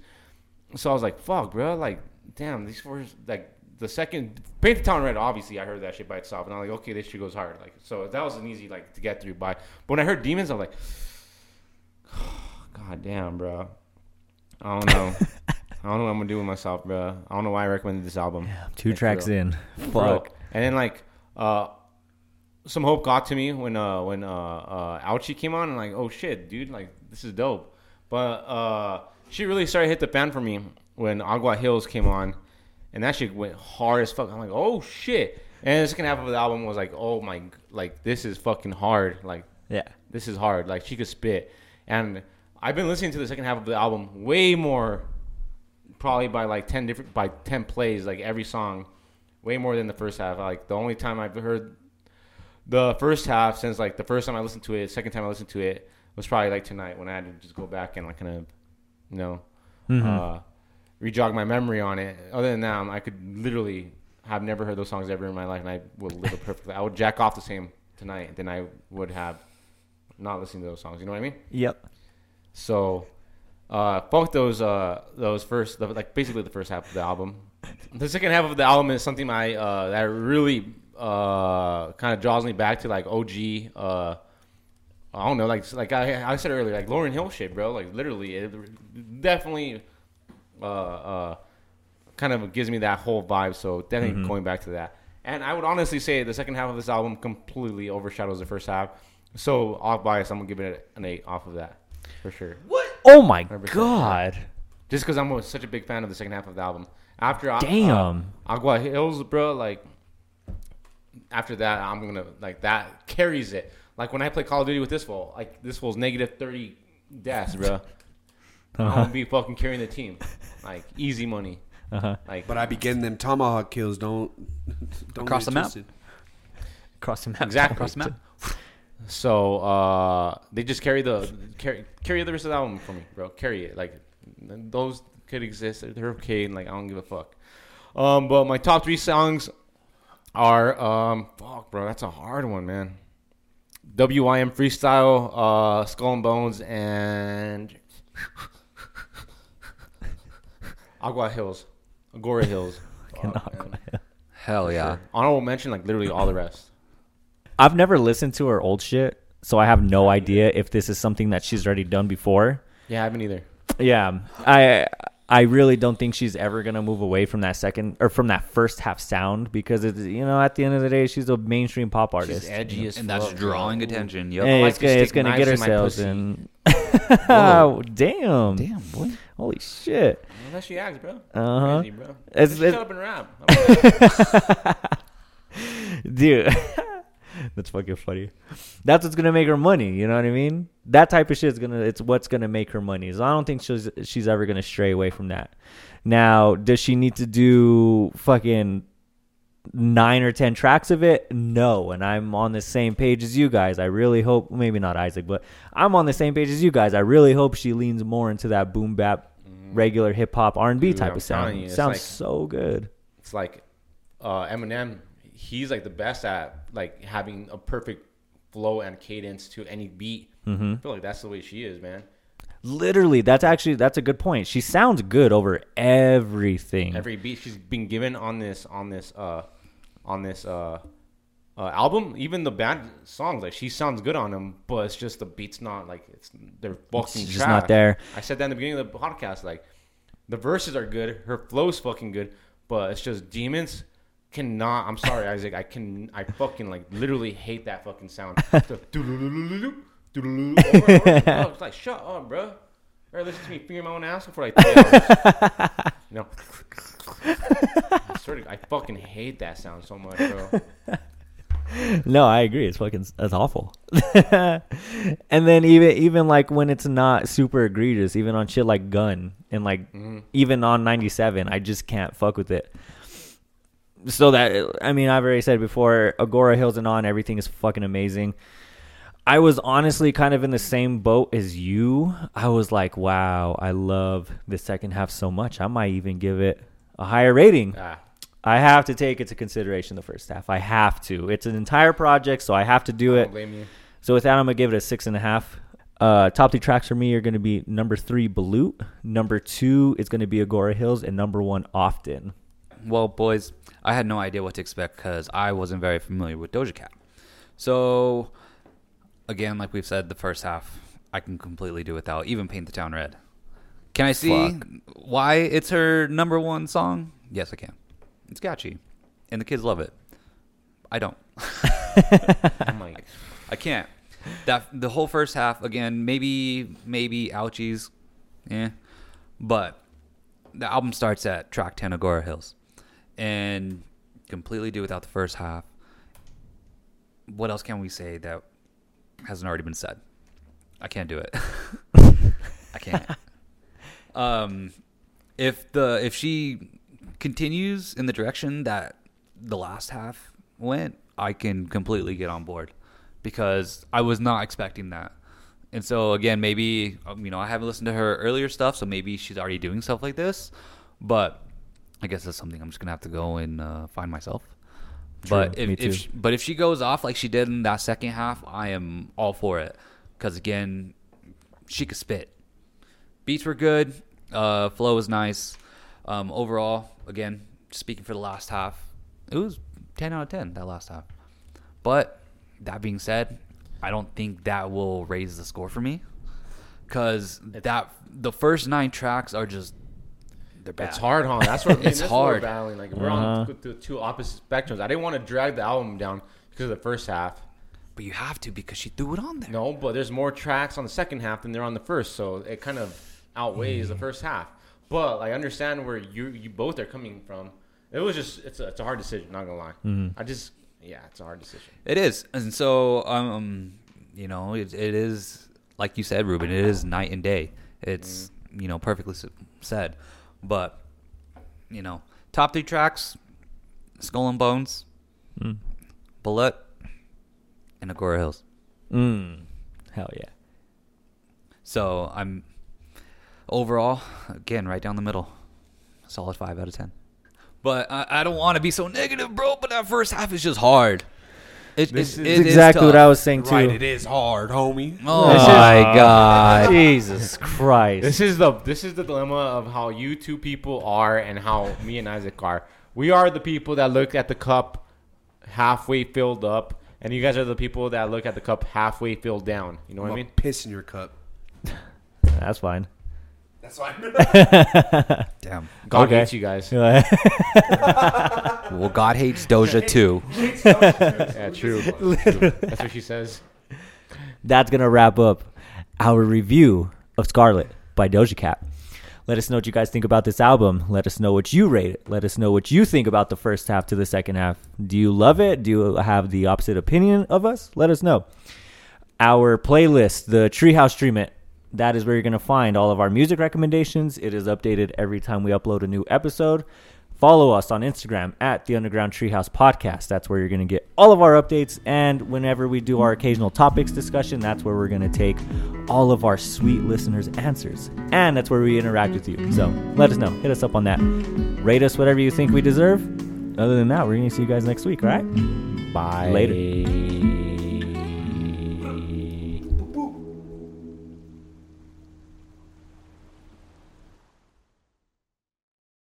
Speaker 2: So I was like, fuck, bro. Like, damn, these four, like, the second, Paint the Town Red, obviously, I heard that shit by itself. And I'm like, okay, this shit goes hard. Like, so that was an easy, like, to get through by. But when I heard Demons, I'm like, <sighs> god damn, bro. I don't know. I don't know what I'm going to do with myself, bro. I don't know why I recommended this album.
Speaker 1: Two
Speaker 2: Like, for
Speaker 1: tracks
Speaker 2: real.
Speaker 1: in.
Speaker 2: For real.
Speaker 1: Fuck.
Speaker 2: And then, like, uh, some hope got to me when uh when uh uh Ouchie came on and like oh shit dude like this is dope, but uh she really started to hit the fan for me when Agua Hills came on, and that shit went hard as fuck. I'm like oh shit, and the second half of the album was like oh my g- like this is fucking hard like
Speaker 1: Yeah.
Speaker 2: this is hard like she could spit, and I've been listening to the second half of the album way more, probably by like ten different by ten plays like every song, way more than the first half. Like the only time I've heard the first half since like the first time I listened to it, second time I listened to it was probably like tonight when I had to just go back and like kind of, you know, uh, rejog my memory on it. Other than that, um, I could literally have never heard those songs ever in my life, and I would live it perfectly. I would jack off the same tonight than I would have not listening to those songs. You know what I mean?
Speaker 1: Yep.
Speaker 2: So, uh, fuck those uh those first the, like basically the first half of the album. The second half of the album is something I uh that really uh kind of draws me back to like OG uh. I don't know, like like I, I said earlier, like Lauren Hill shit, bro. Like literally, it definitely, uh, uh, kind of gives me that whole vibe. So definitely going back to that. And I would honestly say the second half of this album completely overshadows the first half. So off bias, I'm gonna give it an eight off of that for sure.
Speaker 1: Oh my
Speaker 2: Remember-
Speaker 1: god.
Speaker 2: Just because I'm such a big fan of the second half of the album. After uh,
Speaker 1: Damn.
Speaker 2: Agua Hills, bro, like after that, I'm gonna like that carries it. Like when I play Call of Duty with this fool, like this fool's negative thirty deaths, bro. I'm gonna be fucking carrying the team, like easy money.
Speaker 1: Uh-huh.
Speaker 2: Like,
Speaker 3: But I be getting them tomahawk kills. Don't don't
Speaker 4: Across
Speaker 3: get it
Speaker 4: the map?
Speaker 3: twisted.
Speaker 4: Cross the map.
Speaker 2: Exactly.
Speaker 4: Cross the map.
Speaker 2: So uh, they just carry the carry carry the rest of the album for me, bro. Carry it. Like those could exist. They're okay, and like I don't give a fuck. Um, but my top three songs are um, fuck, bro. That's a hard one, man. WIM freestyle, uh, Skull and Bones, and Agua Hills, Agora <laughs> Hills. Fuck, man.
Speaker 4: Hell yeah.
Speaker 2: Honorable mention, like literally all the rest.
Speaker 1: I've never listened to her old shit, so I have no idea if this is something that she's already done before.
Speaker 2: Yeah, I haven't either.
Speaker 1: Yeah, I I really don't think she's ever gonna move away from that second or from that first half sound because it's you know at the end of the day she's a mainstream pop artist.
Speaker 2: She's edgy as
Speaker 4: And that's
Speaker 2: fuck, bro.
Speaker 4: drawing attention. Yep.
Speaker 1: Hey,
Speaker 2: like
Speaker 1: it's,
Speaker 2: to
Speaker 1: gonna,
Speaker 2: stick
Speaker 1: it's gonna get her
Speaker 2: knives in my
Speaker 1: sales
Speaker 2: pussy.
Speaker 1: in. <laughs> oh, damn.
Speaker 4: Damn boy.
Speaker 1: Holy shit.
Speaker 2: Well, that's your acts, bro.
Speaker 1: Uh-huh.
Speaker 2: Crazy, bro.
Speaker 1: It's-
Speaker 2: Just
Speaker 1: it's-
Speaker 2: shut up and rap.
Speaker 1: <laughs>
Speaker 2: I'm like,
Speaker 1: Dude. <laughs> That's fucking funny. That's what's gonna make her money, you know what I mean? That type of shit is gonna it's what's gonna make her money. So I don't think she's she's ever gonna stray away from that. Now, does she need to do fucking nine or ten tracks of it? No, and I'm on the same page as you guys. I really hope maybe not Isaac, but I'm on the same page as you guys. I really hope she leans more into that boom bap regular hip hop R and B
Speaker 2: Mm-hmm. Dude,
Speaker 1: type
Speaker 2: I'm
Speaker 1: of
Speaker 2: telling
Speaker 1: sound.
Speaker 2: you, it's
Speaker 1: Sounds
Speaker 2: like-
Speaker 1: so good.
Speaker 2: it's like uh, Eminem. He's like the best at like having a perfect flow and cadence to any beat.
Speaker 1: Mm-hmm.
Speaker 2: I feel like that's the way she is, man.
Speaker 1: Literally, that's actually that's a good point. She sounds good over everything.
Speaker 2: Every beat she's been given on this on this uh on this uh, uh album, even the bad songs, like she sounds good on them, but it's just the beat's not like it's they're fucking
Speaker 1: just
Speaker 2: trash.
Speaker 1: not there.
Speaker 2: I said that in the beginning of the podcast. Like, the verses are good, her flow's fucking good, but it's just demons cannot. I'm sorry, Isaac. I can. I fucking like literally hate that
Speaker 1: <laughs>
Speaker 2: fucking sound. It's like, "Doo-doo-doo-doo-doo-doo, doo-doo-doo," over and over. Oh, It's like shut up, bro. Or listen to me finger my own ass for like three hours.
Speaker 1: <laughs>
Speaker 2: You know. I swear to, I fucking hate that sound so much, bro.
Speaker 1: <laughs> No, I agree. It's fucking that's awful. <laughs> and then even even like when it's not super egregious, even on shit like Gun and like even on 97, I just can't fuck with it. So that I mean, I've already said before, Agora Hills and on everything is fucking amazing. I was honestly kind of in the same boat as you. I was like, wow, I love the second half so much. I might even give it a higher rating. <laughs>
Speaker 2: Ah,
Speaker 1: I have to take into consideration the first half. I have to. It's an entire project, so I have to do
Speaker 3: Oh,
Speaker 2: don't
Speaker 1: it.
Speaker 2: blame you.
Speaker 1: So with that, I'm gonna give it a six and a half. Uh, top three tracks for me are gonna be number three, Balut. Number two is gonna be Agora Hills, and number one, Often. <laughs>
Speaker 4: Well, boys, I had no idea what to expect because I wasn't very familiar with Doja Cat. So, again, like we've said, the first half I can completely do without, even paint the town red. Can I see why it's her number one song? Yes, I can. It's catchy, and the kids love it. I don't.
Speaker 2: Oh my. <laughs>
Speaker 4: I can't. That the whole first half again. Maybe maybe ouchies, yeah. But the album starts at track ten, Agora Hills, and completely do without the first half. What else can we say that hasn't already been said? I can't do it. <laughs> I can't. <laughs> um, if the if she continues in the direction that the last half went, I can completely get on board because I was not expecting that. And so again, maybe um, you know I haven't listened to her earlier stuff, so maybe she's already doing stuff like this. But I guess that's something I'm just gonna have to go and uh, find myself. but
Speaker 1: True,
Speaker 4: if,
Speaker 1: me
Speaker 4: if
Speaker 1: too.
Speaker 4: she, but if she goes off like she did in that second half, I am all for it. Because again, she could spit. Beats were good. Uh, flow was nice. Um, overall, again, speaking for the last half, it was 10 out of 10, that last half. But that being said, I don't think that will raise the score for me. Because that the first nine tracks are just. They're bad.
Speaker 2: It's hard, huh? <laughs> That's what it's
Speaker 4: It's hard.
Speaker 2: hard. Uh-huh. We're battling. Like we're on two, two- two opposite spectrums. I didn't want to drag the album down because of the first half.
Speaker 4: But you have to because she threw it on there.
Speaker 2: No, but there's more tracks on the second half than there on the first, so it kind of outweighs the first half. But I Mm-hmm. understand where you you both are coming from. It was just it's a, it's a hard decision. Not gonna lie. I just Yeah, it's a hard decision.
Speaker 4: It is, and so um, you know, it, it is like you said, Ruben. It is night and day. It's you know perfectly s- said, but you know, top three tracks: Skull and Bones,
Speaker 1: Mm.
Speaker 4: Bullet, and Agora Hills.
Speaker 1: Mm. Hell yeah.
Speaker 4: So I'm overall again right down the middle, solid five out of ten. But I, I don't want to be so negative, bro. But that first half is just hard. It,
Speaker 3: This
Speaker 4: it-
Speaker 3: is
Speaker 4: it
Speaker 1: That's exactly what
Speaker 4: tough.
Speaker 1: I was saying too.
Speaker 3: Right, it is hard, homie.
Speaker 4: Oh
Speaker 1: This is-
Speaker 4: my <laughs> god!
Speaker 1: Jesus Christ.
Speaker 2: This is the this is the dilemma of how you two people are and how me and Isaac are. We are the people that look at the cup halfway filled up, and you guys are the people that look at the cup halfway filled down. You know what
Speaker 3: I
Speaker 2: I
Speaker 3: mean,
Speaker 2: mean?
Speaker 3: piss in your cup.
Speaker 1: That's fine.
Speaker 3: That's <laughs> why.
Speaker 4: Damn.
Speaker 2: God
Speaker 1: Okay.
Speaker 2: hates you guys. Yeah,
Speaker 4: Well, God hates Doja too.
Speaker 2: true. That's what she says.
Speaker 1: That's going to wrap up our review of Scarlet by Doja Cat. Let us know what you guys think about this album. Let us know what you rate it. Let us know what you think about the first half to the second half. Do you love it? Do you have the opposite opinion of us? Let us know. Our playlist, the Treehouse treatment, that is where you're going to find all of our music recommendations. It is updated every time we upload a new episode. Follow us on Instagram at the Underground Treehouse Podcast. That's where you're going to get all of our updates. And whenever we do our occasional topics discussion, that's where we're going to take all of our sweet listeners' answers. And that's where we interact with you. So let us know. Hit us up on that. Rate us whatever you think we deserve. Other than that, we're going to see you guys next week, all right?
Speaker 2: Bye.
Speaker 1: Later.